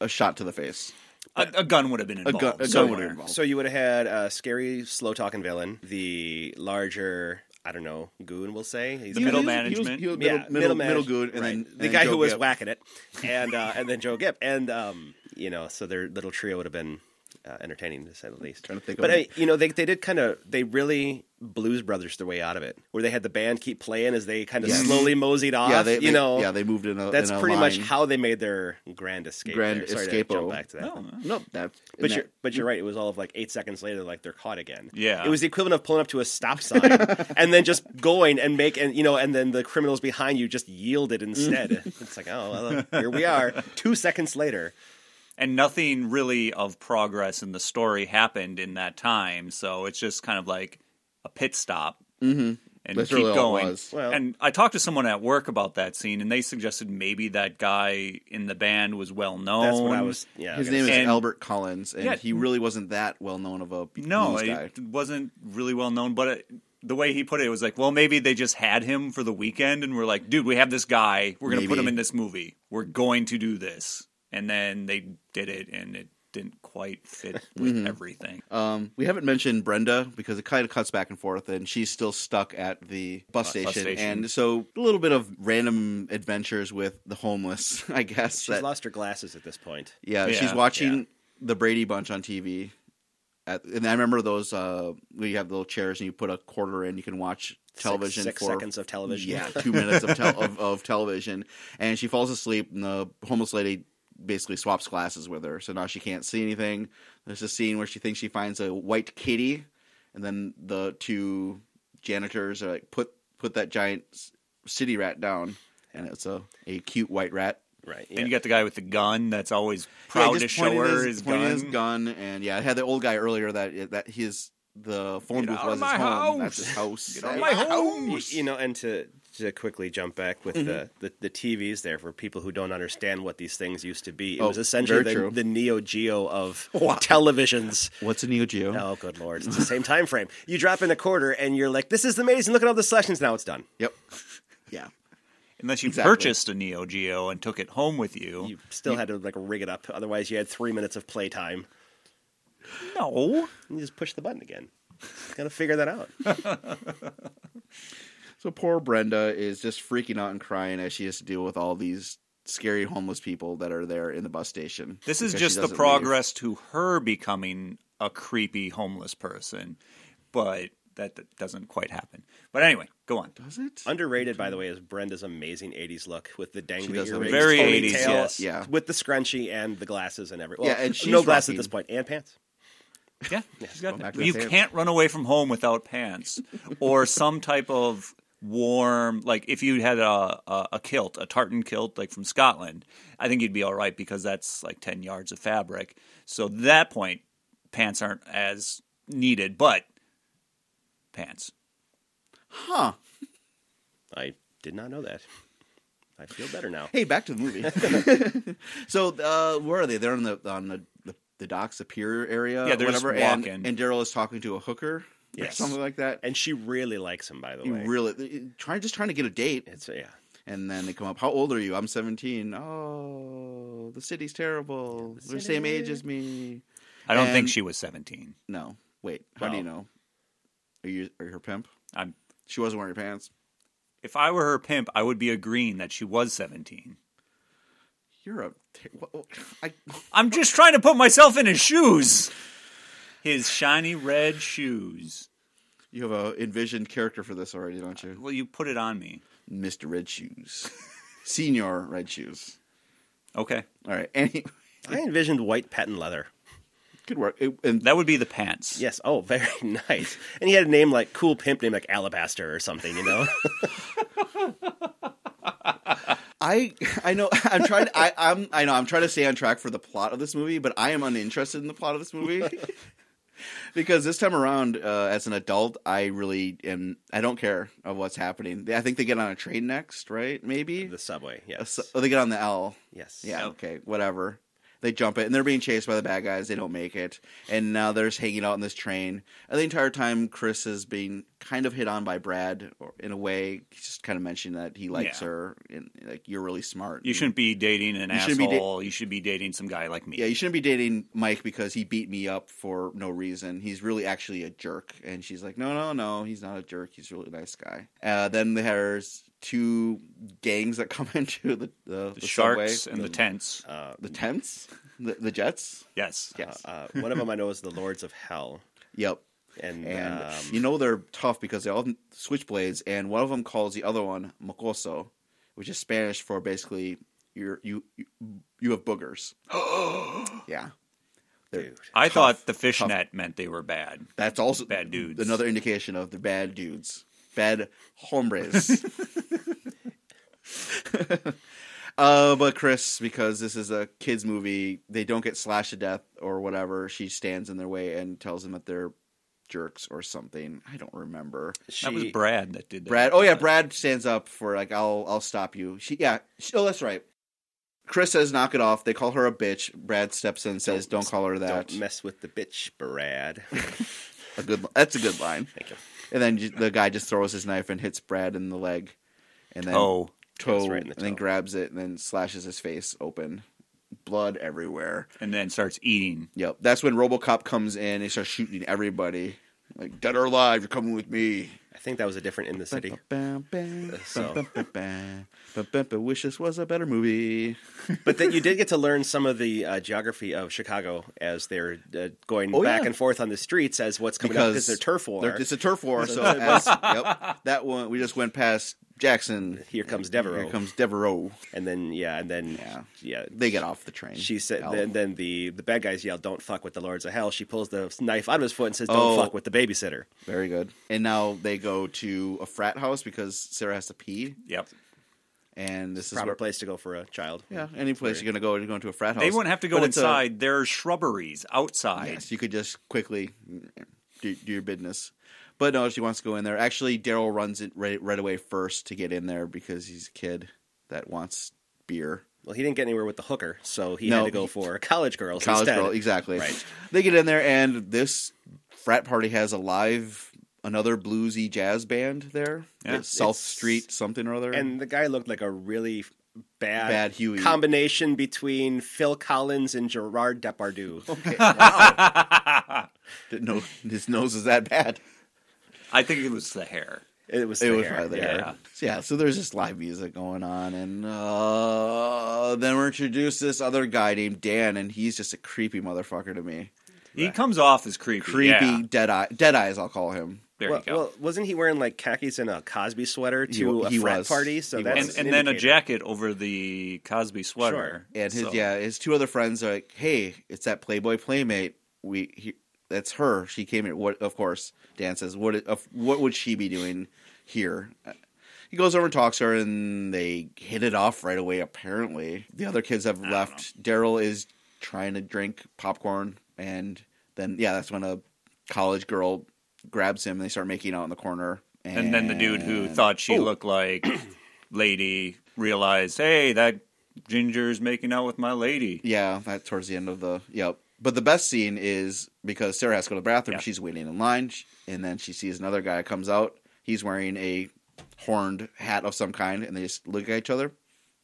a shot to the face
A, a gun would have been involved.
gun- a gun
somewhere.
would have been involved.
So you would have had a scary, slow talking villain, the larger, I don't know, goon, we'll say, He's
The
a-
middle
He was- he was-
management.
he was
yeah,
middle, middle,
manage-
middle good and
right.
then
the
and
guy
Joe
who was
Gipp.
whacking it, and uh, and then Joe Gipp, and um, you know, so their little trio would have been uh, entertaining to say the least.
Trying to think of
but
it.
I, you know, they they did kind of they really Blues Brothers their way out of it, where they had the band keep playing as they kind of
Yes.
slowly moseyed off.
yeah they,
you
they-
know,
yeah they moved in a
that's
in a
pretty much
line.
how they made their grand escape.
Grand
there. Sorry to
escapo.
jump back to that.
No, no.
no that
But
and
you're
that-
but you're right. It was all of like eight seconds later, like they're caught again.
Yeah.
it was the equivalent of pulling up to a stop sign and then just going and make and you know and then the criminals behind you just yielded instead. it's like oh, well, here we are, two seconds later.
and nothing really of progress in the story happened in that time. So it's just kind of like a pit stop and
Mm-hmm. That's
keep
really all it
going.
was.
Well-
and I talked to someone at work about that scene, and they suggested maybe that guy in the band was well known.
That's what I was. Yeah,
his
I was
name is
gonna
And-
Albert Collins, and
Yeah.
he really wasn't that well known of a
No,
blues guy.
it wasn't really well known, but it, the way he put it, it was like, well, maybe they just had him for the weekend, and we're like, dude, we have this guy. We're going to put
Maybe.
him in this movie. We're going to do this. And then they did it, and it didn't quite fit with
Mm-hmm.
everything.
Um, we haven't mentioned Brenda because it kind of cuts back and forth, and she's still stuck at the bus station,
station.
and so a little bit of random adventures with the homeless, I guess.
She's
that-
lost her glasses at this point.
yeah,
Yeah.
she's watching
Yeah.
the Brady Bunch on TV, at, and I remember those. Uh, where you have little chairs, and you put a quarter in, you can watch television
six, six
for
seconds of television.
yeah, two minutes of, tel- of, of television, and she falls asleep, and the homeless lady basically swaps glasses with her, so now she can't see anything. There's a scene where she thinks she finds a white kitty, and then the two janitors are like, "Put put that giant s- city rat down," and it's a a cute white rat.
right.
And
yeah.
you got the guy with the gun that's always
Yeah,
proud
just
to show
pointing
her
his,
his,
pointing
gun.
his gun, and yeah, I had the old guy earlier that that his the phone
Get
booth
out of
was his
my
home.
house.
That's his house.
Get out of my home.
Y- you know, and to to quickly jump back with the, the the TVs there for people who don't understand what these things used to be. It
Oh,
was essentially
very
the,
true.
the Neo Geo of televisions.
What's a Neo Geo?
Oh, good lord! It's the same time frame. You drop in a quarter, and you're like, "This is amazing! Look at all the selections." Now it's done.
Yep. Yeah.
Unless you
Exactly.
purchased a Neo Geo and took it home with you.
You still had to like rig it up, otherwise you had three minutes of playtime.
No.
You just push the button again. Gotta figure that out.
So poor Brenda is just freaking out and crying as she has to deal with all these scary homeless people that are there in the bus station.
This is
because she
just the
doesn't leave.
progress to her becoming a creepy homeless person, but that, that doesn't quite happen. But anyway, go on.
Does it?
Underrated, by the way, is Brenda's amazing '80s look with the dangly
does have
earrings,
a
Very
ponytail,
80s, yes.
Yeah.
with the scrunchie and the glasses and everything.
Yeah, and she's
no glasses
rocking-
at this point, and pants.
Yeah, she's got
going back
that.
to the
You
pants.
can't run away from home without pants or some type of warm, like if you had a, a a kilt, a tartan kilt, like from Scotland. I think you'd be all right because that's like ten yards of fabric. So at that point, pants aren't as needed, but pants.
huh.
I did not know that. I feel better now.
Hey, back to the movie. so uh, where are they? They're on the on the, the, the docks, the pier area.
Yeah, they're
or
just
whatever. and,
walking.
and Daryl is talking to a hooker
Yes.
or something like that.
And she really likes him, by the
you
way.
really trying just trying to get a date,
It's yeah.
and then they come up. How old are you? I'm 17. Oh, the city's terrible.
the
They're
city-
same age as me.
I don't think
And-
she was seventeen.
No, wait. How do you know? Are you are you her pimp?
I'm.
She wasn't wearing pants.
If I were her pimp, I would be agreeing that she was seventeen.
You're a. Ter- wha- wha- I,
I'm just trying to put myself in his shoes. His shiny red shoes.
you have a envisioned character for this already, don't you?
Well, you put it on me.
Mr. Red Shoes. Senior Red Shoes.
Okay.
All right. Any,
I envisioned white patent leather.
good work. It- and
That would be the pants.
Yes. Oh, very nice. And he had a name like cool pimp name like Alabaster or something. You know.
I I know I'm trying I I'm I know I'm trying to stay on track for the plot of this movie, but I am uninterested in the plot of this movie. because this time around uh, as an adult, I really am I don't care of what's happening. I think they get on a train next, right? Maybe.
the subway.
A
Yes.
su- oh, they get on the L.
yes.
Yeah, okay, whatever. They jump it, and they're being chased by the bad guys. They don't make it, and now they're just hanging out in this train. And the entire time, Chris is being kind of hit on by Brad, or in a way, he's just kind of mentioning that he likes
Yeah.
her, and like you're really smart.
You shouldn't be dating an
You shouldn't be da-
asshole. you should be dating some guy like me.
Yeah, you shouldn't be dating Mike because he beat me up for no reason. He's really actually a jerk. And she's like, no, no, no, he's not a jerk. He's a really nice guy. Uh, then there's two gangs that come into the the,
the,
the
sharks
subway.
and the, tents.
Uh,
the tents, the, the jets.
yes.
Yes.
uh, one of them I know is the Lords of Hell,
Yep.
and,
And
um,
you know they're tough because they all have switchblades, and one of them calls the other one mocoso, which is Spanish for basically you're, you you you have boogers. yeah, they're-
dude,
I
Tough,
thought the fishnet meant they were bad.
that's also
Bad dudes.
Another indication of the bad dudes, bad hombres. uh, but Chris, because this is a kids movie, they don't get slashed to death or whatever. She stands in their way and tells them that they're jerks or something. I don't remember.
she,
that was Brad that did that.
Brad. Oh yeah, Brad stands up for like I'll I'll stop you. She yeah. She, oh, that's right. Chris says knock it off. They call her a bitch. Brad steps in and says don't, call her that.
Don't mess with the bitch, Brad.
a good that's a good line.
Thank you.
And then ju- the guy just throws his knife and hits Brad in the leg, and then
Oh,
toe,
Goes right in the
and then
toe.
grabs it and then slashes his face open, blood everywhere.
and then starts eating.
Yep. That's when RoboCop comes in. He starts shooting everybody, like dead or alive. You're coming with me.
I think that was a different in the city. So-
But wish this was a better movie.
But then you did get to learn some of the uh, geography of Chicago as they're uh, going
Oh,
back
yeah.
and forth on the streets as what's coming up because they're turf war.
They're- It's a turf war.
So
so
they're-
as, yep, that one we just went past Jackson.
Here comes Devereaux.
Here comes Devereaux.
and then yeah, and then
Yeah.
yeah,
They get off the train.
She said.
Al-
Then, then the the bad guys yell, "Don't fuck with the lords of hell." She pulls the knife out of his foot and says, "Don't
Oh.
fuck with the babysitter."
very good. And now they go to a frat house because Sarah has to pee,
Yep.
and this is
Proper
where.
place to go for a child.
Yeah, any place you're gonna go, you're going to a frat house.
They wouldn't have to go
But it's a-
inside. There are shrubberies outside.
uh, Yes, you could just quickly do, do your business. But no, she wants to go in there. Actually, Daryl runs it right, right away first to get in there because he's a kid that wants beer.
Well, he didn't get anywhere with the hooker, so he
No.
had to go for college girls
College
instead.
girl, exactly.
Right.
They get in there, and this frat party has a live, another bluesy jazz band there.
Yeah.
It's South
It's-
Street something or other.
And the guy looked like a really bad,
Bad Huey.
combination between Phil Collins and Gerard Depardieu.
okay, wow. Didn't know his nose is that bad.
I think it was the hair.
It was
It
the
was
hair,
right there.
yeah.
Yeah. So, yeah, so there's just live music going on, and uh, then we're introduced to this other guy named Dan, and he's just a creepy motherfucker to me.
He comes off as creepy.
Creepy
yeah.
dead eye, dead eyes. I'll call him.
There
well,
you go.
well, wasn't he wearing like khakis and a Cosby sweater
He
to
wa-
a
he
frat
was.
party? So
He
that's
and
was.
an
and then a
indicator.
jacket over the Cosby sweater.
And his
So-
yeah, his two other friends are like, "Hey, it's that Playboy playmate. We he, that's her. She came here. What? Of course." Dan says, "What? Of, what would she be doing here?" He goes over and talks to her, and they hit it off right away. Apparently, the other kids have left. Daryl is trying to drink popcorn, and then yeah, that's when a college girl grabs him, and they start making out in the corner. And,
And then the dude who thought she
Oh,
looked like lady realized, hey, that ginger's making out with my lady.
Yeah, that towards the end of the yep. But the best scene is because Sarah has to go to the bathroom.
Yeah.
She's waiting in line, sh- and then she sees another guy comes out. He's wearing a horned hat of some kind, and they just look at each other,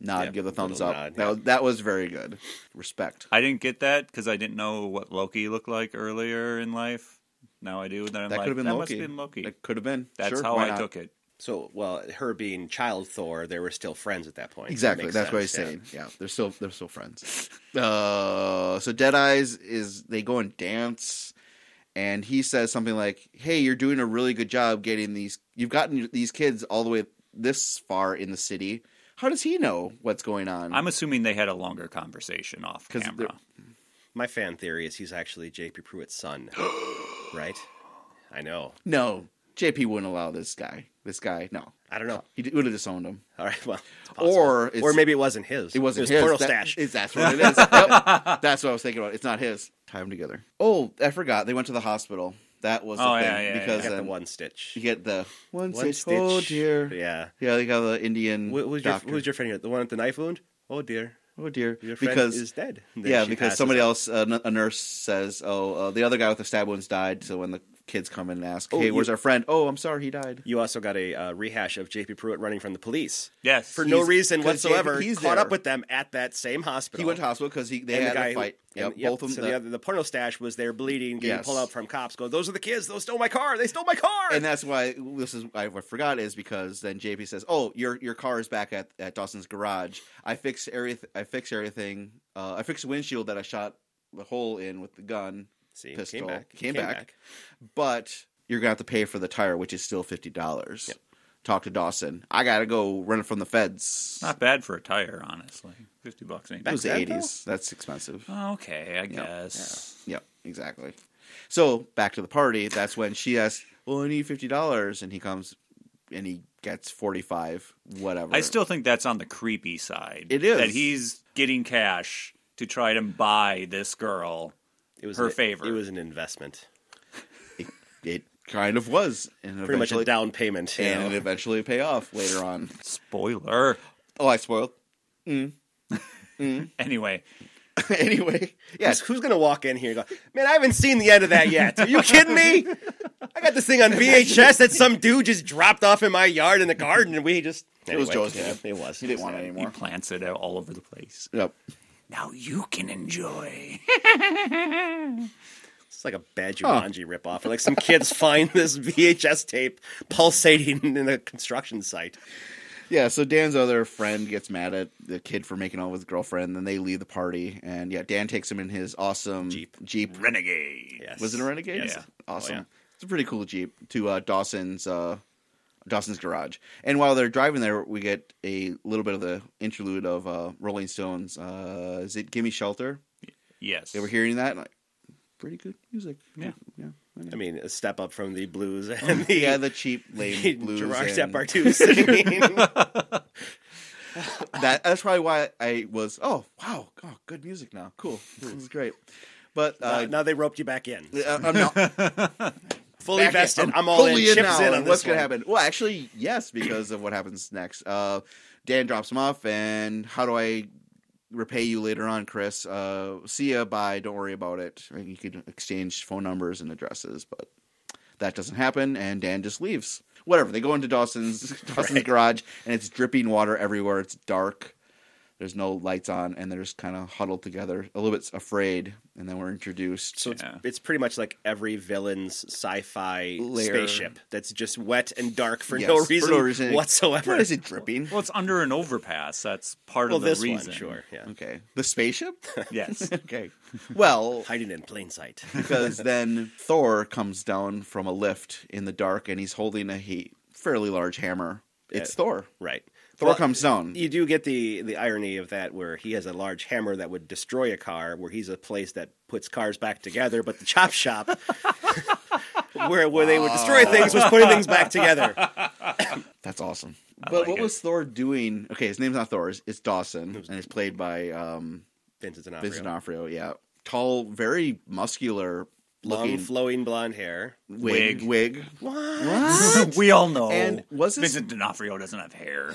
nod,
Yeah,
give the thumbs
little
up.
nod,
that
yeah.
was, that was very good. Respect.
I didn't get that because I didn't know what Loki looked like earlier in life. Now I do. Then I'm
That
like,
could've been
that must
Loki.
have been Loki.
It could have been.
That's
Sure,
how
why
I
not?
took it.
So, well, her being child Thor, they were still friends at that point.
Exactly.
Makes
That's what he's
sense, yeah.
saying. Yeah, they're still they're still friends. Uh, so Deadeyes is they go and dance, and he says something like, "Hey, you're doing a really good job getting these. You've gotten these kids all the way this far in the city. How does he know what's going on?
I'm assuming they had a longer conversation off
'Cause
camera.
My fan theory is he's actually J.P. Pruitt's son, right? I know.
no, JP wouldn't allow this guy. This guy, no,
I don't know.
he would have disowned him.
All right. Well, it's possible.
Uh, Or it's,
or maybe it wasn't his.
It wasn't
was
his.
Portal
That-
stash.
it's- that's what it is. Yep. That's what I was thinking about. It's not his. Tie them together. Oh, I forgot. They went to the hospital. That was
Oh,
the
yeah,
thing
yeah,
because
yeah.
Got the
then
one stitch.
you get the one,
One
stitch. Oh dear. Yeah.
Yeah.
they got the Indian
What was your
doctor.
what was your friend here? The one with the knife wound? Oh dear.
oh dear.
Your friend
Because
is dead. And then
yeah,
she
because
passes
somebody
out.
else, uh, n- a nurse says, "Oh, uh, the other guy with the stab wounds died." So when the kids come in and ask,
Oh,
"Hey,
you-
where's our friend?" Oh, I'm sorry, he died.
You also got a uh, rehash of J.P. Pruitt running from the police
Yes.
for no
He's-
reason
'cause J.P.
whatsoever.
he's
caught
there.
up with them at that same hospital.
He went to hospital because he they
and
had
the guy
a fight.
Who,
Yeah,
and-
both of them. uh,
So
the-
the, other, the porno stash was there bleeding, getting
Yes.
pulled out from cops. Go, those are the kids. Those stole my car. They stole my car.
and that's why this is I forgot is because then JP says, "Oh, your your car is back at, at Dawson's garage. I fixed everything. I fixed everything. Uh, I fixed the windshield that I shot the hole in with the gun.
See,
pistol
came back.
came back. But you're gonna have to pay for the tire, which is still fifty dollars. Talk to Dawson. I gotta go run it from the feds.
Not bad for a tire, honestly. 50 bucks ain't
it
bad.
was the
then, though?
eighties. That's expensive.
Oh, Okay, I guess.
Yep, exactly. So back to the party. That's when she asks, "Well, I need fifty dollars," and he comes and he gets forty-five. Whatever.
I still think that's on the creepy side.
It is.
That he's getting cash to try to buy this girl.
It was
Her
an-
favor.
It was an investment,
it, it kind of was, and
pretty much
eventually,
a down payment. you
and
know.
it eventually pay off later on.
Spoiler.
Oh, I spoiled.
Anyway,
anyway, yeah,
Who's- Who's gonna walk in here and go, man? I haven't seen the end of that yet. Are you kidding me? I got this thing on VHS that some dude just dropped off in my yard in the garden, and we just
was Joe's
yeah,
dad.
It was.
he didn't want it
he
anymore.
plants it out all over the place.
Yep.
Now you can enjoy.
It's like a bad Jumanji ripoff. Like some kids find this VHS tape pulsating in a construction site.
Yeah, so Dan's other friend gets mad at the kid for making out with his girlfriend, then they leave the party, and yeah, Dan takes him in his awesome
Jeep.
Jeep.
Renegade.
Yes.
Was it a Renegade?
Yes. Yeah.
awesome.
Oh, yeah.
It's a pretty cool Jeep to uh, Dawson's uh, Dawson's garage. And while they're driving there, we get a little bit of the interlude of uh, Rolling Stones. Uh, is it "Gimme Shelter"?
Yes.
They were hearing that, like, pretty good music.
Yeah.
yeah. I know.
I mean, a step up from the blues and the,
Yeah, the cheap lame blues.
Gerard
and-
Depardieu.
that that's probably why I was. Oh wow, oh, good music now. Cool, this is great. But
uh,
uh,
now they roped you back in,
I- I'm not back
fully
in.
vested. I'm, all
fully
in. Chips
now.
in on
And
this
What's gonna
one.
happen? Well, actually, yes, because of what happens next. Uh, Dan drops him off, and how do I repay you later on, Chris? Uh, see ya. Bye. Don't worry about it. I mean, you could exchange phone numbers and addresses, but that doesn't happen, and Dan just leaves. Whatever. They go into Dawson's Dawson's garage, and it's dripping water everywhere. It's dark. There's no lights on, and they're just kind of huddled together, a little bit afraid. And then we're introduced.
So it's,
Yeah.
it's pretty much like every villain's sci-fi
Layer.
spaceship that's just wet and dark for,
Yes,
no, reason
for no reason
whatsoever.
What is it dripping?
Well, it's under an overpass. That's part
well,
of the
this
reason.
one, sure, yeah,
Okay, the spaceship.
Yes.
okay, well,
hiding in plain sight.
because then Thor comes down from a lift in the dark, and he's holding a he, fairly large hammer. It's
Yeah.
Thor.
Right.
Thor
Well,
comes down.
You do get the the irony of that, where he has a large hammer that would destroy a car, where he's a place that puts cars back together, but the chop shop, where where they would destroy things, was putting things back together.
That's awesome. but
like
what
it.
was Thor doing? Okay, his name's not Thor. It's, it's Dawson, and it's played by um,
Vincent D'Onofrio.
Vincent D'Onofrio. Yeah, tall, very muscular
Long,
looking
flowing blonde hair.
wig.
wig.
Wig.
What?
we all know.
And was this-
Vincent D'Onofrio doesn't have hair.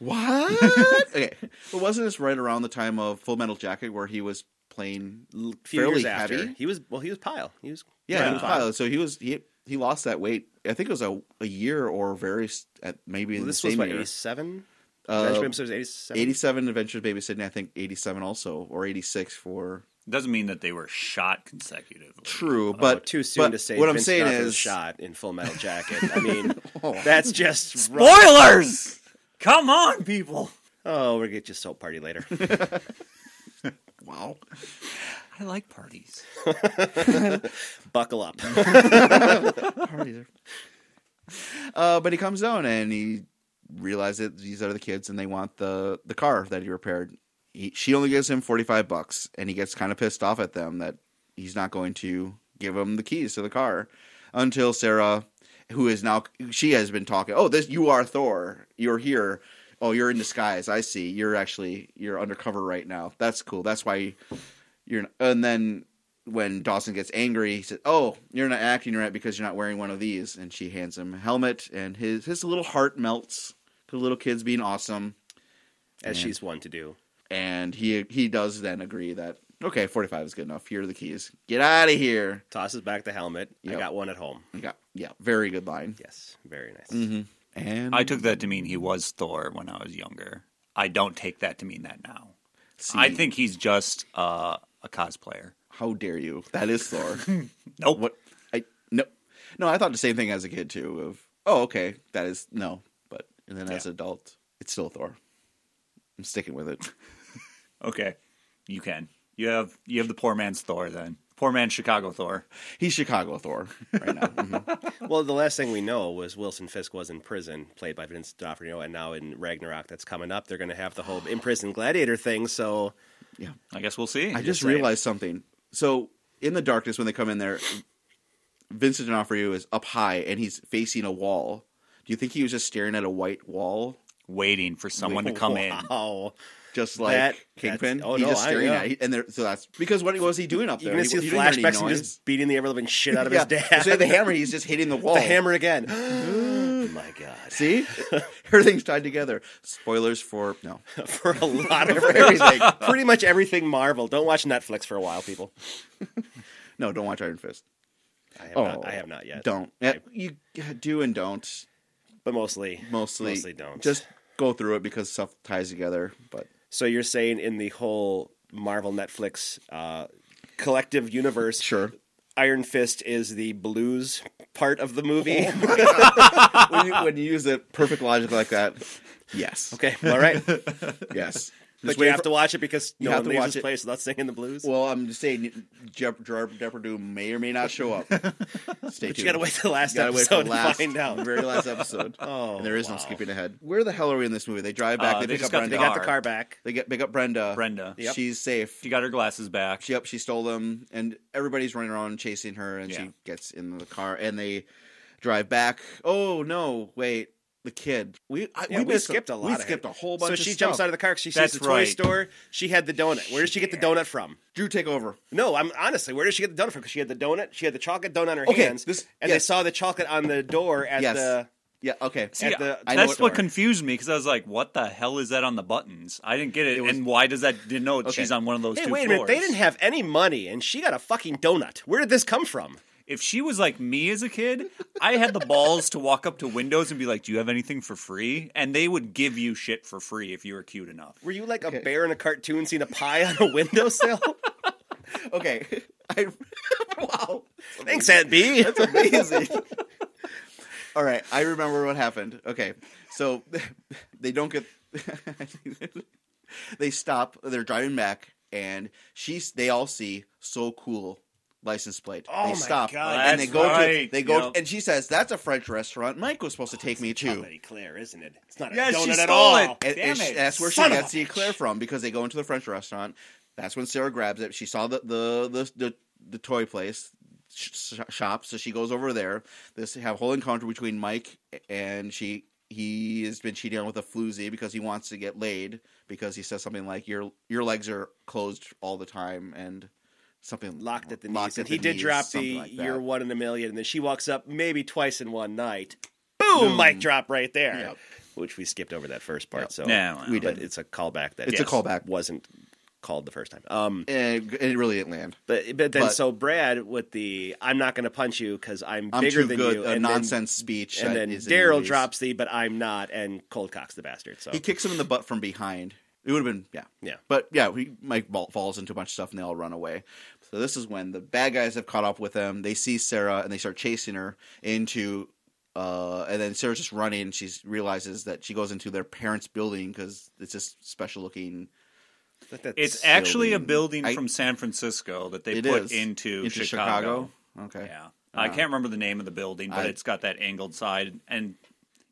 What? okay, but wasn't this right around the time of Full Metal Jacket, where he was playing?
L- Few
Fairly
years after,
heavy?
he was well, he was pile. He was
Yeah, he was
Yeah.
pilot. So he was he he lost that weight. I think it was a, a year or very s- at maybe in
this
the
was
same
what
year.
eighty seven.
Uh,
eighty seven.
Eighty-seven Adventures of Baby Sydney. I think eighty-seven also or eighty-six for
Doesn't mean that they were shot consecutively.
true, but
Oh, too soon
but
to say.
What I'm
Vince
saying
D'Onofrio's
is, Oh.
shot in Full Metal Jacket. I mean, that's just rough.
Spoilers! Come on, people.
Oh, we'll get you a soap party later.
wow,
I like parties.
Buckle up.
parties are- uh, but he comes down and he realizes that these are the kids and they want the the car that he repaired. He, she only gives him forty-five bucks, and he gets kind of pissed off at them that he's not going to give them the keys to the car until Sarah, who is now she has been talking. Oh, this you are Thor. You're here. Oh, you're in disguise. I see. You're actually you're undercover right now. That's cool. That's why you're. Not, and then when Dawson gets angry, he says, "Oh, you're not acting right because you're not wearing one of these." And she hands him a helmet, and his his little heart melts. The little kid's being awesome,
As she's one to do.
and he he does then agree that okay, forty five is good enough. Here are the keys. Get out of here.
Tosses back the helmet.
Yep.
I got one at home.
Yeah, yeah, very good line.
Yes, very nice.
Mm-hmm. And
I took that to mean he was Thor when I was younger. I don't take that to mean that now.
see,
I think he's just uh, a cosplayer.
how dare you? That is Thor. Oh,
Nope.
what I no no. I thought the same thing as a kid too. Of oh, okay, that is no. But and then as an adult, it's still Thor. I'm sticking with it.
Okay. You can. You have you have the poor man's Thor then. Poor man's Chicago Thor.
He's Chicago Thor right now. Mhm.
Well, the last thing we know was Wilson Fisk was in prison, played by Vince D'Onofrio, and now in Ragnarok that's coming up, they're going to have the whole imprisoned gladiator thing. So
Yeah.
I guess we'll see.
I just
saying.
realized something. So in the darkness, when they come in there, Vincent D'Onofrio is up high and he's facing a wall. Do you think he was just staring at a white wall,
waiting for someone to come in.
wow.
just like
That-
Kingpin?
that's- oh,
He's
no,
just
I-
staring
yeah.
at it. And there, so that's because what was he doing up
You're
there? He-
going to see
he
the
didn't hear any
flashbacks and
noise.
just beating the ever living shit out of
yeah.
his dad.
So the hammer, he's just hitting the wall.
The hammer again. Oh My God.
See, everything's tied together. Spoilers for no
For a lot of
everything.
pretty much everything Marvel. Don't watch Netflix for a while, people.
no, don't watch Iron Fist.
I have, not, I have not yet.
Oh, Don't you do and don't.
But mostly.
mostly,
Mostly don't.
Just go through it because stuff ties together. But
So you're saying in the whole Marvel Netflix uh, collective universe,
sure,
Iron Fist is the blues part of the movie.
Oh when, you, when you use it perfect logic like that, yes,
okay, all right. But
yes.
you have to watch it because no
have
one
to
leaves
watch
this
it.
place without singing the blues.
Well, I'm just saying, Jeff Depardieu may or may not show up. Stay tuned.
you gotta wait till the last
Gotta wait till
episode
the
to
last,
find
the
out.
very last episode.
Oh,
and there is no
wow.
skipping ahead. Where the hell are we in this movie? They drive back.
Uh,
they,
they
pick
just
up
got
Brenda.
the
They got the
Car.
car back.
They get pick up Brenda.
Brenda. Yep.
She's safe.
She got her glasses back.
Yep, she stole them, and everybody's running around chasing her, and
Yeah.
she gets in the car, and they drive back. Oh no! Wait, the kid. We I,
Yeah,
we,
we,
missed
skipped a lot.
We
of
skipped
it.
a whole bunch.
So
of
she
stuff.
jumps out of the car. She sees
That's
the toy
right.
store. She had the donut. Where did she get the donut from?
Drew, take over.
No, I'm honestly, where did she get the donut from? Because she had the donut. She had the chocolate donut on her
Okay,
hands.
this-
and
yes.
they saw the chocolate on the door at
Yes.
the.
Yeah. Okay.
See,
at the-
I-
I know
that's
what-
what confused me because I was like, "What the hell is that on the buttons?" I didn't get it.
was-
and why does that denote
Okay.
she's on one of those
Hey,
two
wait a
floors?
minute! They didn't have any money, and she got a fucking donut. Where did this come from?
If she was like me as a kid, I had the balls to walk up to windows and be like, "Do you have anything for free?" And they would give you shit for free if you were cute enough.
Were you like a bear in a cartoon seeing a pie on a windowsill?
Okay. I, wow.
Thanks, Aunt B.
That's amazing. All right, I remember what happened. Okay, so they don't get. they stop. They're driving back, and she's. They all see so cool license plate.
Oh
they
my
stop
God.
and they
That's
go
right.
to. They go
Yep.
and she says, "That's a French restaurant." Mike was supposed to take me to.
Comedy Claire, isn't it? It's not a
Yes, she
donut at
stole
all.
it.
And, and
Damn
she-
it.
that's where
Son
she
of
got
a
the eclair from because they go into the French restaurant. That's when Sarah grabs it. She saw the the the the, the toy place sh- sh- shop, so she goes over there. This have a whole encounter between Mike and she. He has been cheating on with a floozy because he wants to get laid because he says something like your your legs are closed all the time and something
Locked at the
locked at
knees. and he
the
did
knees,
drop the
something like that.
"You're one in a million, and then she walks up maybe twice in one night. Boom, mic drop right there.
Yep.
Which we skipped over that first part. So
Yeah, well. We
but
did.
it's a callback that
It's a callback.
wasn't called the first time. Um,
and it really didn't land.
but but then
But-
so Brad with the "I'm not going to punch you because I'm,
I'm
bigger
too
than
good.
you,"
a
and then-
nonsense speech.
and
that
then
is in
Daryl
movies.
drops the "but I'm not" and cold cocks the bastard. So
Oh.
He kicks him in the butt from behind. It would have been yeah,
Yeah.
But yeah, he, Mike ball, falls into a bunch of stuff and they all run away. So this is when the bad guys have caught up with them. They see Sarah and they start chasing her into. Uh, and then Sarah's just running. and She realizes that she goes into their parents' building because it's this special looking.
But that's-
It's actually a
building.
building
I-
from San Francisco that they
It
put
is.
into,
Into
Chicago.
Okay. Uh-huh.
Yeah. I can't remember the name of the building, but
I-
it's got that angled side, and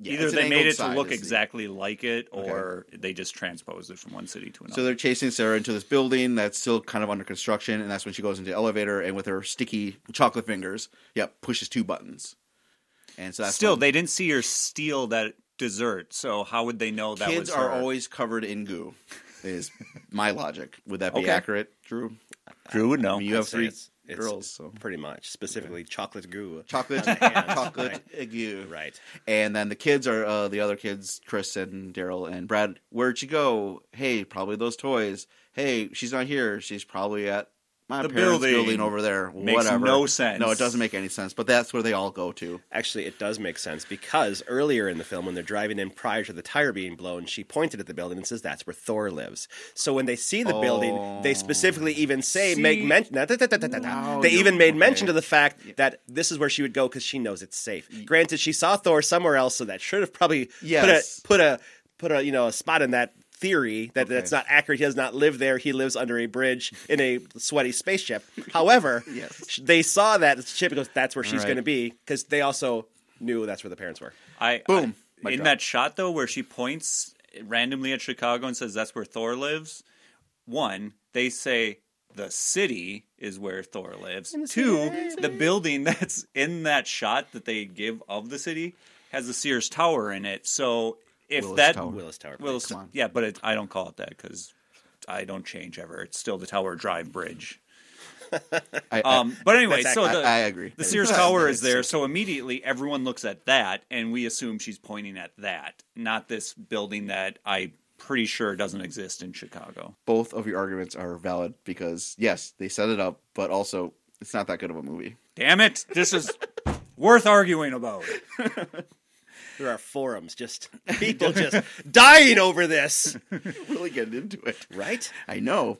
Yeah,
either
it's an
they made
angled
it to
side,
look
is the-
exactly like it, or they just transposed it from one city to another.
So they're chasing Sarah into this building that's still kind of under construction, and that's when she goes into the elevator and with her sticky chocolate fingers, yep, pushes two buttons. And so that's
Still,
when
they didn't see her steal that dessert, so how would they know that was
kids are
her?
always covered in goo. Is my logic? Would that be
Okay.
accurate, Drew?
Drew would
I
know.
mean, you have
say
three
it's- it's-
girls, so
pretty much specifically chocolate goo.
chocolate,
hands,
chocolate goo,
Right.
And then the kids are uh, the other kids, Chris and Daryl and Brad. Where'd she go? Hey, probably those toys. Hey, she's not here. She's probably at my
The
parents' building.
building.
over there.
Makes
Whatever.
no sense.
No, it doesn't make any sense. But that's where they all go to.
Actually, it does make sense because earlier in the film, when they're driving in prior to the tire being blown, she pointed at the building and says, "That's where Thor lives." So when they see the building, they specifically even say,
See-
"Make mention." da- da- da- da- da- da-
Wow, Oh.
They
you're-
even made
okay.
mention to the fact that this is where she would go because she knows it's safe. Granted, she saw Thor somewhere else, so that should have probably
Yes.
put a put a put a you know a spot in that theory that that's
Okay.
not accurate. He does not live there. He lives under a bridge in a sweaty spaceship. However,
Yes.
sh- they saw that ship and goes, "That's where she's
Right.
going to be," because they also knew that's where the parents were.
I
Boom.
I-
Mic
in
drop.
that shot though, where she points randomly at Chicago and says that's where Thor lives. One, they say the city is where Thor lives. Two, the building that's in that shot that they give of the city has the Sears Tower in it. So if
Willis
that
Tower.
Willis Tower.
Willis,
Come on.
yeah, but it, I don't call it that because I don't change ever. It's still the Tower Drive Bridge.
I,
Um, but anyway,
That's
so
I,
the,
I agree.
the Sears Tower is there, so immediately everyone looks at that, and we assume she's pointing at that, not this building that I pretty sure doesn't exist in Chicago.
Both of your arguments are valid because yes, they set it up, but also it's not that good of a movie.
Damn it! This is worth arguing about.
There are forums, just people just dying over this,
really getting into it.
right?
I know.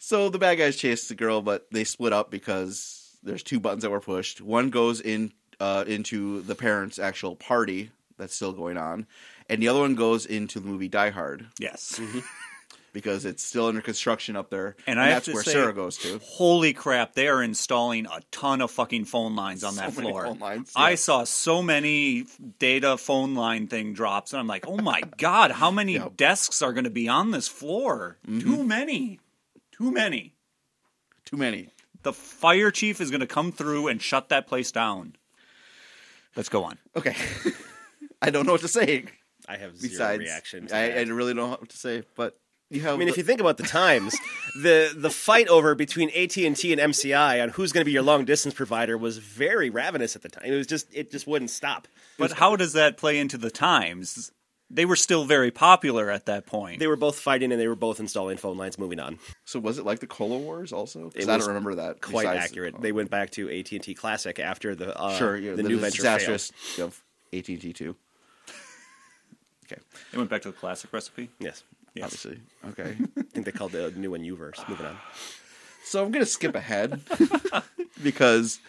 So the bad guys chase the girl, but they split up because there's two buttons that were pushed. One goes in uh, into the parents' actual party that's still going on, and the other one goes into the movie Die Hard
Yes.
Mm-hmm. because it's still under construction up there,
And I have
that's
to
where
say-
Sarah goes to.
Holy crap! They are installing a ton of fucking phone lines on that
So many
floor.
phone lines,
I
yeah.
saw so many data phone line thing drops, and I'm like, oh my god, how many
Yep. Mm-hmm.
desks are going to be on this floor? Too many. Too many.
Too many.
the fire chief is going to come through and shut that place down. Let's go on.
Okay, I don't know what to say.
I have zero
Besides,
reaction. To
I,
that.
I really don't know what to say. But you have.
I mean,
the-
if you think about the times, the the fight over between AT and T and MCI on who's going to be your long distance provider was very ravenous at the time. It was just it just wouldn't stop.
But how does that play into the times? they were still very popular at that point.
They were both fighting and they were both installing phone lines. Moving on,
So was it like the Cola Wars also? 'Cause
It
I
was
don't remember that.
quite
besides-
accurate. They went back to AT and T Classic after the uh,
sure, yeah,
the, new venture failed.
disastrous of AT&T two. okay,
They went back to the classic recipe.
Yes,
Yes.
obviously. Okay,
I think they called the new one Uverse. Moving on.
so I'm gonna skip ahead because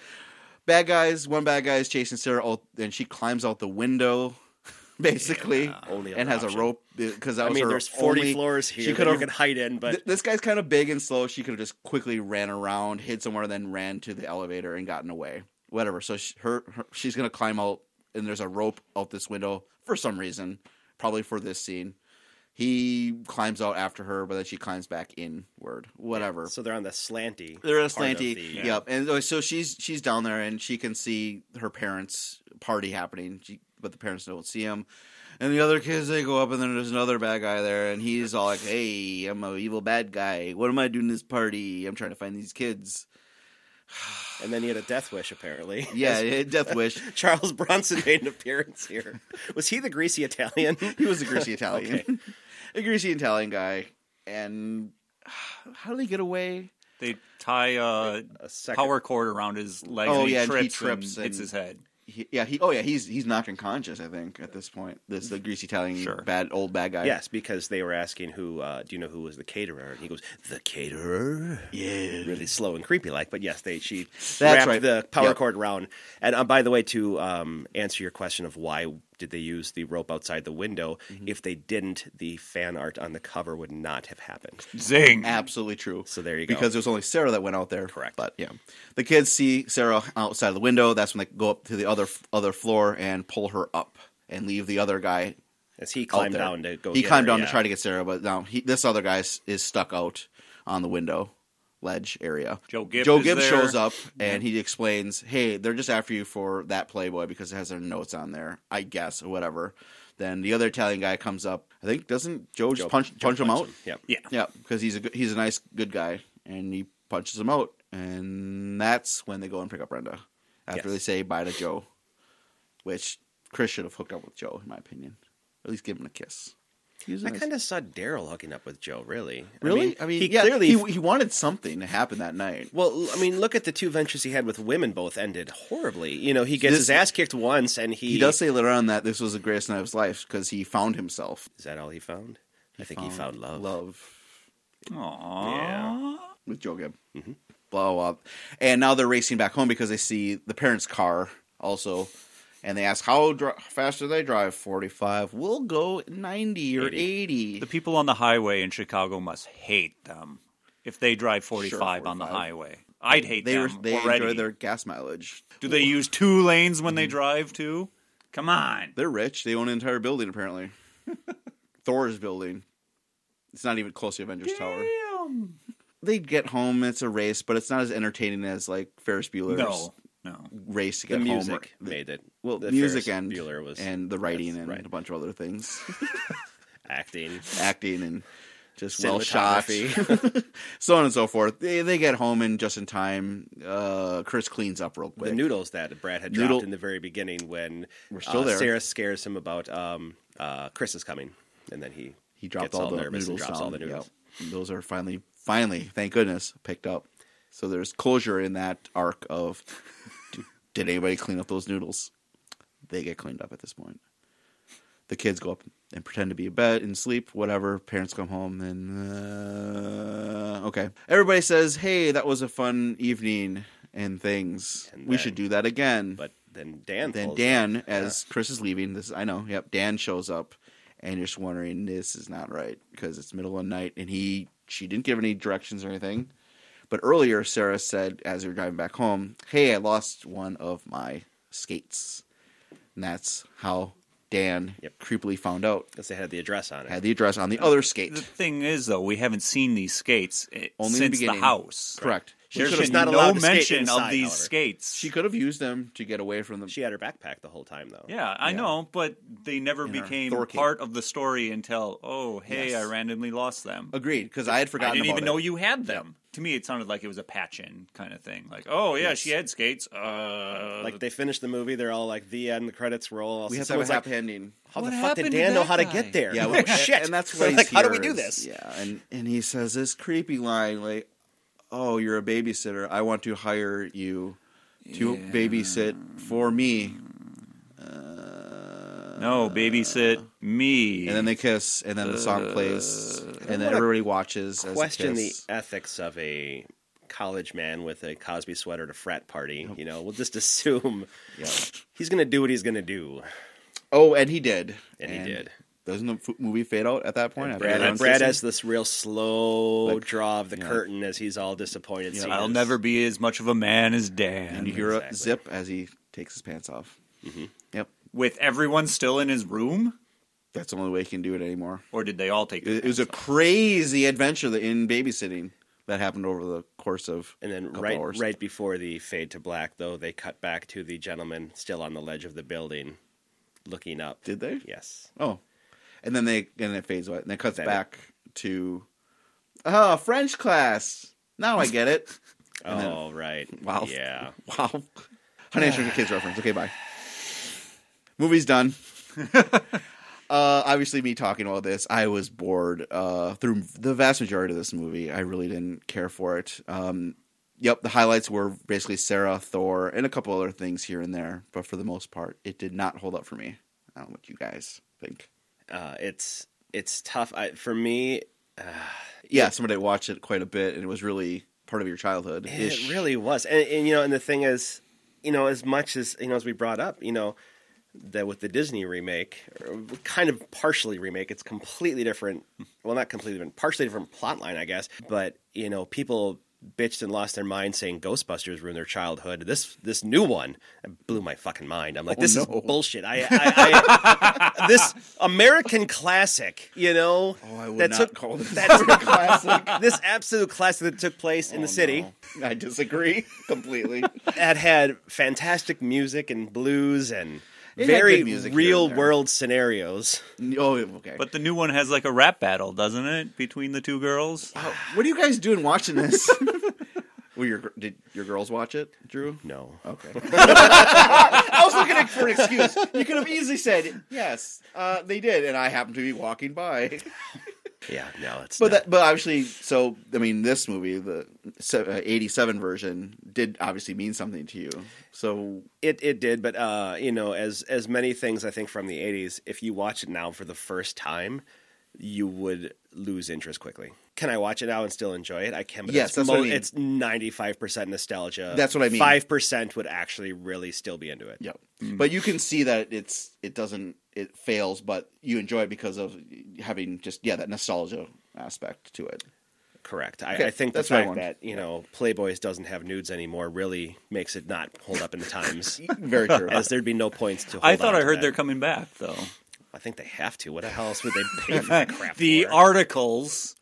bad guys. One bad guy is chasing Sarah, out, and she climbs out the window. Basically,
only
and
other
has
option.
a rope because that
I
was
mean,
her
there's 40
only-
floors here
She
that
could
you
have
can hide in, but
Th- this guy's kind of big and slow. She could have just quickly ran around, hid somewhere, then ran to the elevator and gotten away. Whatever. So she, her, her she's gonna climb out, and there's a rope out this window for some reason, probably for this scene. He climbs out after her, but then she climbs back inward. Whatever.
so they're on the slanty.
They're a
part of
slanty.
the-
Yep. And uh, so she's she's down there and she can see her parents' party happening, she, but the parents don't see him. And the other kids they go up and then there's another bad guy there and he's all like, "Hey, I'm a evil bad guy. What am I doing at this party? I'm trying to find these kids."
And then he had a death wish, apparently.
Yeah, death wish.
Charles Bronson made an appearance here. Was he the greasy Italian?
He was a greasy Italian,
Okay.
a greasy Italian guy. And how did he get away?
They tie uh,
A second.
power cord around his legs.
Oh,
and he
yeah, and he
trips,
trips
and, hits
and-
his head.
He, yeah, he. Oh yeah, he's he's knocked unconscious. I think at this point, this the greasy Italian
Sure.
bad old bad guy.
Yes, because they were asking who, uh, do you know who was the caterer? And he goes, the caterer?
Yeah.
Really slow and creepy like, but yes, they she
That's
wrapped
right.
the power
Yep.
cord round. And uh, by the way, to um, answer your question of why did they use the rope outside the window,
Mm-hmm.
if they didn't, the fan art on the cover would not have happened.
Zing.
Absolutely true.
So there you go.
Because it was only Sarah that went out there.
Correct.
But yeah, the kids see Sarah outside of the window. That's when they go up to the other other floor and pull her up and leave the other guy
As he
out
climbed
there.
down to go
He
get
climbed
her,
down
yeah.
to try to get Sarah, but now he, this other guy is, is stuck out on the window ledge area.
Joe Gibb
Joe
is
Gibbs
there.
shows up and he explains, "Hey, they're just after you for that Playboy because it has their notes on there, I guess, or whatever." Then the other Italian guy comes up. I think doesn't Joe, just
Joe-
punch
Joe
punch him
punched
out?
Yep.
Yeah.
Yeah, because he's a good, he's a nice good guy, and he punches him out, and that's when they go and pick up Brenda after
Yes.
they say bye to Joe, which Chris should have hooked up with Joe, in my opinion, at least give him a kiss. He was
I
nice.
kind of saw Daryl hooking up with Joe. Really,
really. I mean,
he
yeah,
clearly.
he, he wanted something to happen that night.
well, I mean, look at the two ventures he had with women. Both ended horribly. You know, he gets
This-
his ass kicked once, and he,
He does say later on that this was the greatest night of his life because he found himself.
Is that all he found? I think he found love.
Love
Aww.
Yeah.
with Joe Gibb.
Mm-hmm.
Blah, blah, blah. And now they're racing back home because they see the parents' car also. And they ask, how dri- fast do they drive? 45. We'll go 90 or 80.
The people on the highway in Chicago must hate them if they drive 45, on the
45.
highway. I'd hate
they were,
them
they
already.
enjoy their Mm-hmm. gas mileage.
Do they use two lanes when they drive too? Come on.
They're rich. They own an entire building, apparently. Thor's building. It's not even close to Avengers Tower.
Damn.
They get home. It's a race, but it's not as entertaining as like Ferris Bueller's
No, no.
race to
The
get home.
music made it.
Well,
the
music
Ferris
and
Bueller was
and the writing
that's
and
right.
a bunch of other things.
acting.
acting and just well shot, so on and so forth. They, they get home and just in time. Uh, Chris cleans up real quick.
the noodles that Brad had
Noodle-
dropped in the very beginning when
We're still
uh,
there.
Sarah scares him about um, uh, Chris is coming, and then he
he dropped
gets
all, the
nervous
noodles
and drops
down.
all the noodles.
Yep. And Those are finally, finally, thank goodness, picked up. So there's closure in that arc of d- did anybody clean up those noodles? They get cleaned up at this point. The kids go up and pretend to be in bed and sleep, whatever. Parents come home and uh, okay. Everybody says, "Hey, that was a fun evening and things.
And
we
then-
should do that again."
But then Dan,
then
pulls
Dan, as Chris is leaving, this I know. Yep, Dan shows up, and you're just wondering this is not right because it's middle of the night, and he she didn't give any directions or anything. But earlier, Sarah said as they were driving back home, "Hey, I lost one of my skates," and that's how Dan
Yep.
creepily found out
because they had the address on it.
had the address on the other skate.
The thing is, though, we haven't seen these skates eh,
Only in the
since the,
beginning.
house.
Correct. She
There's
could
should've-
been
have
not
no
allowed to skate
mention of
inside,
these
however.
skates.
she could have used them to get away from them.
She had her backpack the whole time, though.
yeah, I know, but they never
In her
became
Thor cape.
part of the story until, oh, hey,
Yes.
I randomly lost them.
Agreed, because I had
I
forgotten.
didn't even
about it.
know you had them. to me it sounded like it was a patch in kind of thing. Like, oh yeah,
Yes.
she had skates. Uh,
Like they finish the movie, they're all like the end. The credits roll.
We have to have
Someone's
a
like,
happy ending.
how
What
the fuck did
happened to
Dan know
that
how to
guy?
get there?
Yeah,
well,
well,
shit.
And that's what
like.
he's
How do we
here
do
is-
this?
Yeah, and and he says this creepy line like, "Oh, you're a babysitter. I want to hire you to
Yeah.
babysit for me." Uh,
no babysit me.
And then they kiss, and then the song plays, and then
wanna
everybody watches. as they
Uh, Question the
kiss.
ethics of a college man with a Cosby sweater to frat party. You know, we'll just assume
Yeah.
he's gonna do what he's gonna do,
Oh, and he did.
and, he did.
Doesn't the f- movie fade out at that point? after
Brad,
everyone
Brad
kisses?
has this real slow
Like,
draw of the
yeah.
curtain as he's all disappointed. seeing
I'll
this.
never be as much of a man as Dan.
and you hear a
Exactly. Mm-hmm.
zip as he takes his pants off. Yep,
With everyone still in his room,
that's the only way he can do it anymore.
or did they all take? their
It, it was a
pants off?
crazy adventure that in babysitting that happened over the course of
And then
couple
right
hours.
right before the fade to black, though, they cut back to the gentleman still on the ledge of the building, looking up.
did they?
Yes.
Oh, and then they and it fades away and it cuts
Then it-
back to oh French class. Now I get it. And then-
oh right.
Wow.
Yeah.
Wow, Honey I Shrunk the Kids reference. Okay, bye. Movie's done. uh, obviously, me talking all this, I was bored uh, through the vast majority of this movie. I really didn't care for it. Um, yep, the highlights were basically Sarah, Thor, and a couple other things here and there. But for the most part, it did not hold up for me. I don't know what you guys think.
Uh, it's it's tough I, for me.
Yeah, somebody watched it quite a bit, and it was really part of your childhood.
It really was, and, and you know, and the thing is, you know, as much as you know, as we brought up, you know, that with the Disney remake, or kind of partially remake, it's completely different. Well, not completely different, partially different plot line, I guess. But you know, people bitched and lost their mind saying Ghostbusters ruined their childhood. This this new one it blew my fucking mind. I'm like,
Oh,
this
no.
is bullshit. I, I, I this American classic, you know,
Oh, I would
that
not
took-
call this
that took-
a classic.
this absolute classic that took place in the city.
Oh, No. I disagree completely.
that had fantastic music and blues and
It had
very
good music here
real
and there.
world scenarios.
oh, okay.
But the new one has like a rap battle, doesn't it, between the two girls?
Wow, what are you guys doing watching this? well, your gr- did your girls watch it, Drew?
No.
Okay. I was looking for an excuse. You could have easily said yes. Uh, they did, and I happened to be walking by.
Yeah, no, it's
But
not.
that, but obviously, so I mean, this movie, the se- uh, '87 version, did obviously mean something to you. So
it it did, but uh, you know, as as many things I think from the 80s, if you watch it now for the first time, you would lose interest quickly. Can I watch it now and still enjoy it? I can, but
Yes,
it's,
that's what I mean.
it's 95% nostalgia.
That's what I mean.
5% would actually really still be into it.
Yep. But you can see that it's it doesn't it fails, but you enjoy it because of having just yeah that nostalgia aspect to it.
Correct. I,
Okay,
I think the
that's what I
fact
wanted.
that you know Playboys doesn't have nudes anymore really makes it not hold up in the times,
Very true.
as there'd be no points to. Hold
I thought
on
I
to
heard
that.
they're coming back though.
I think they have to. What the hell else would they pay for that crap?
The
for?
articles.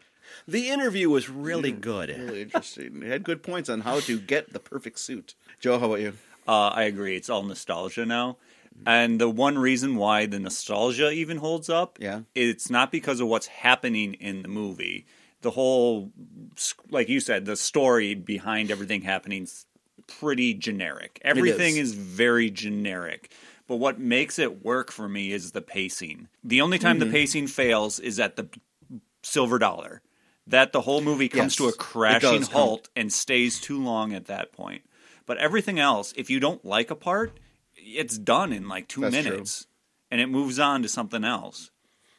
the interview was really
Mm.
good.
really interesting. It had good points on how to get the perfect suit. Joe, how about you?
Uh, I agree. It's all nostalgia now. And the one reason why the nostalgia even holds up,
Yeah.
it's not because of what's happening in the movie. The whole, like you said, the story behind everything happening's pretty generic. Everything is. very generic. But what makes it work for me is the pacing. The only time
Mm-hmm.
the pacing fails is at the silver dollar. That the whole movie comes
Yes,
to a
it does
crashing
come-
halt and stays too long at that point. But everything else, if you don't like a part, it's done in like two
That's true.
minutes and it moves on to something else.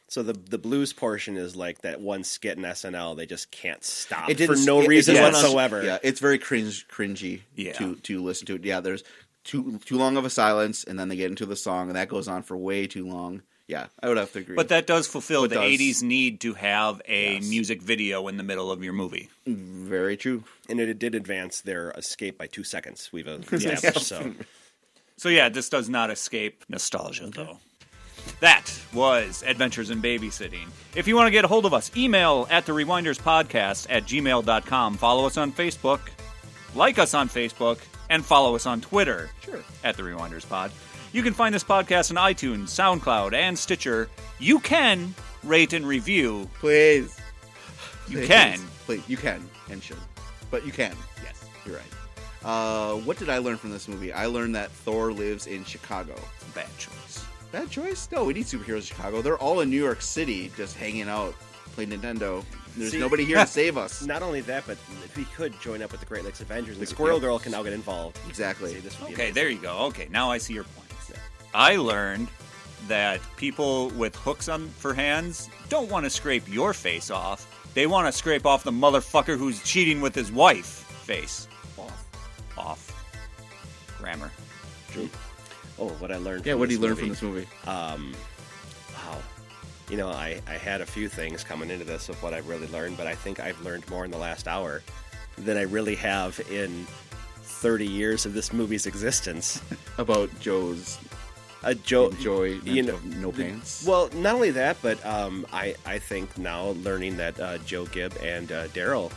So the the blues portion is like that one skit in SNL. They just can't stop
It
Uh, for
didn't-
no
it- it
reason
didn't-
whatsoever.
Yeah, it's very cringe, cringy.
Yeah.
To to listen to it. Yeah, there's too too long of a silence, and then they get into the song, and that goes on for way too long. Yeah, I would have to agree.
But that does fulfill
It
the
does.
80s need to have a
Yes.
music video in the middle of your movie.
very true.
And it, did advance their escape by two seconds. We've established so.
So yeah, this does not escape nostalgia though. That was Adventures in Babysitting. If you want to get a hold of us, email at the Rewinders Podcast at gmail.com. Follow us on Facebook, like us on Facebook, and follow us on Twitter
Sure.
at the Rewinders Pod. You can find this podcast on iTunes, SoundCloud, and Stitcher. You can rate and review.
Please,
You
Please.
can.
Please, you can and should. but you can.
Yes.
You're right. Uh, what did I learn from this movie? I learned that Thor lives in Chicago.
Bad choice.
Bad choice? No, we need superheroes in Chicago. They're all in New York City, just hanging out, playing Nintendo. There's
See-
nobody here to save us.
Not only that, but if we could join up with the Great Lakes Avengers, and
The-
Squirrel
yeah.
Girl can now get involved.
Exactly.
See, this would be
Okay,
amazing.
there you go. Okay, now I see your point. I learned that people with hooks on for hands don't want to scrape your face off. They want to scrape off the motherfucker who's cheating with his wife face. Off. Off. Grammar.
Oh, what I learned.
Yeah,
from
what did
this
you learn
movie.
from this movie?
Um, wow. You know, I, I had a few things coming into this of what I really learned, but I think I've learned more in the last hour than I really have in 30 years of this movie's existence.
About Joe's
A joke.
joy
you know,
of no pants.
Well, not only that, but um, I, I think now learning that uh, Joe Gibb and uh, Daryl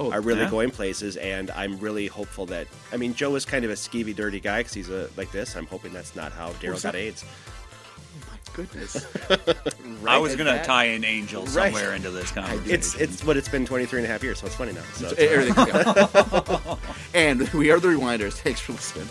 Oh,
are really
yeah.
going places, and I'm really hopeful that I mean Joe is kind of a skeevy, dirty guy because he's a, like this. I'm hoping that's not how Daryl
is
got
that-
AIDS.
my goodness.
I was
at
going to
that-
tie an angel
Right.
somewhere into this conversation.
It's it's what it's been 23 and a half years, so it's funny now. So it's
Everything. and we are the Rewinders. Thanks for listening.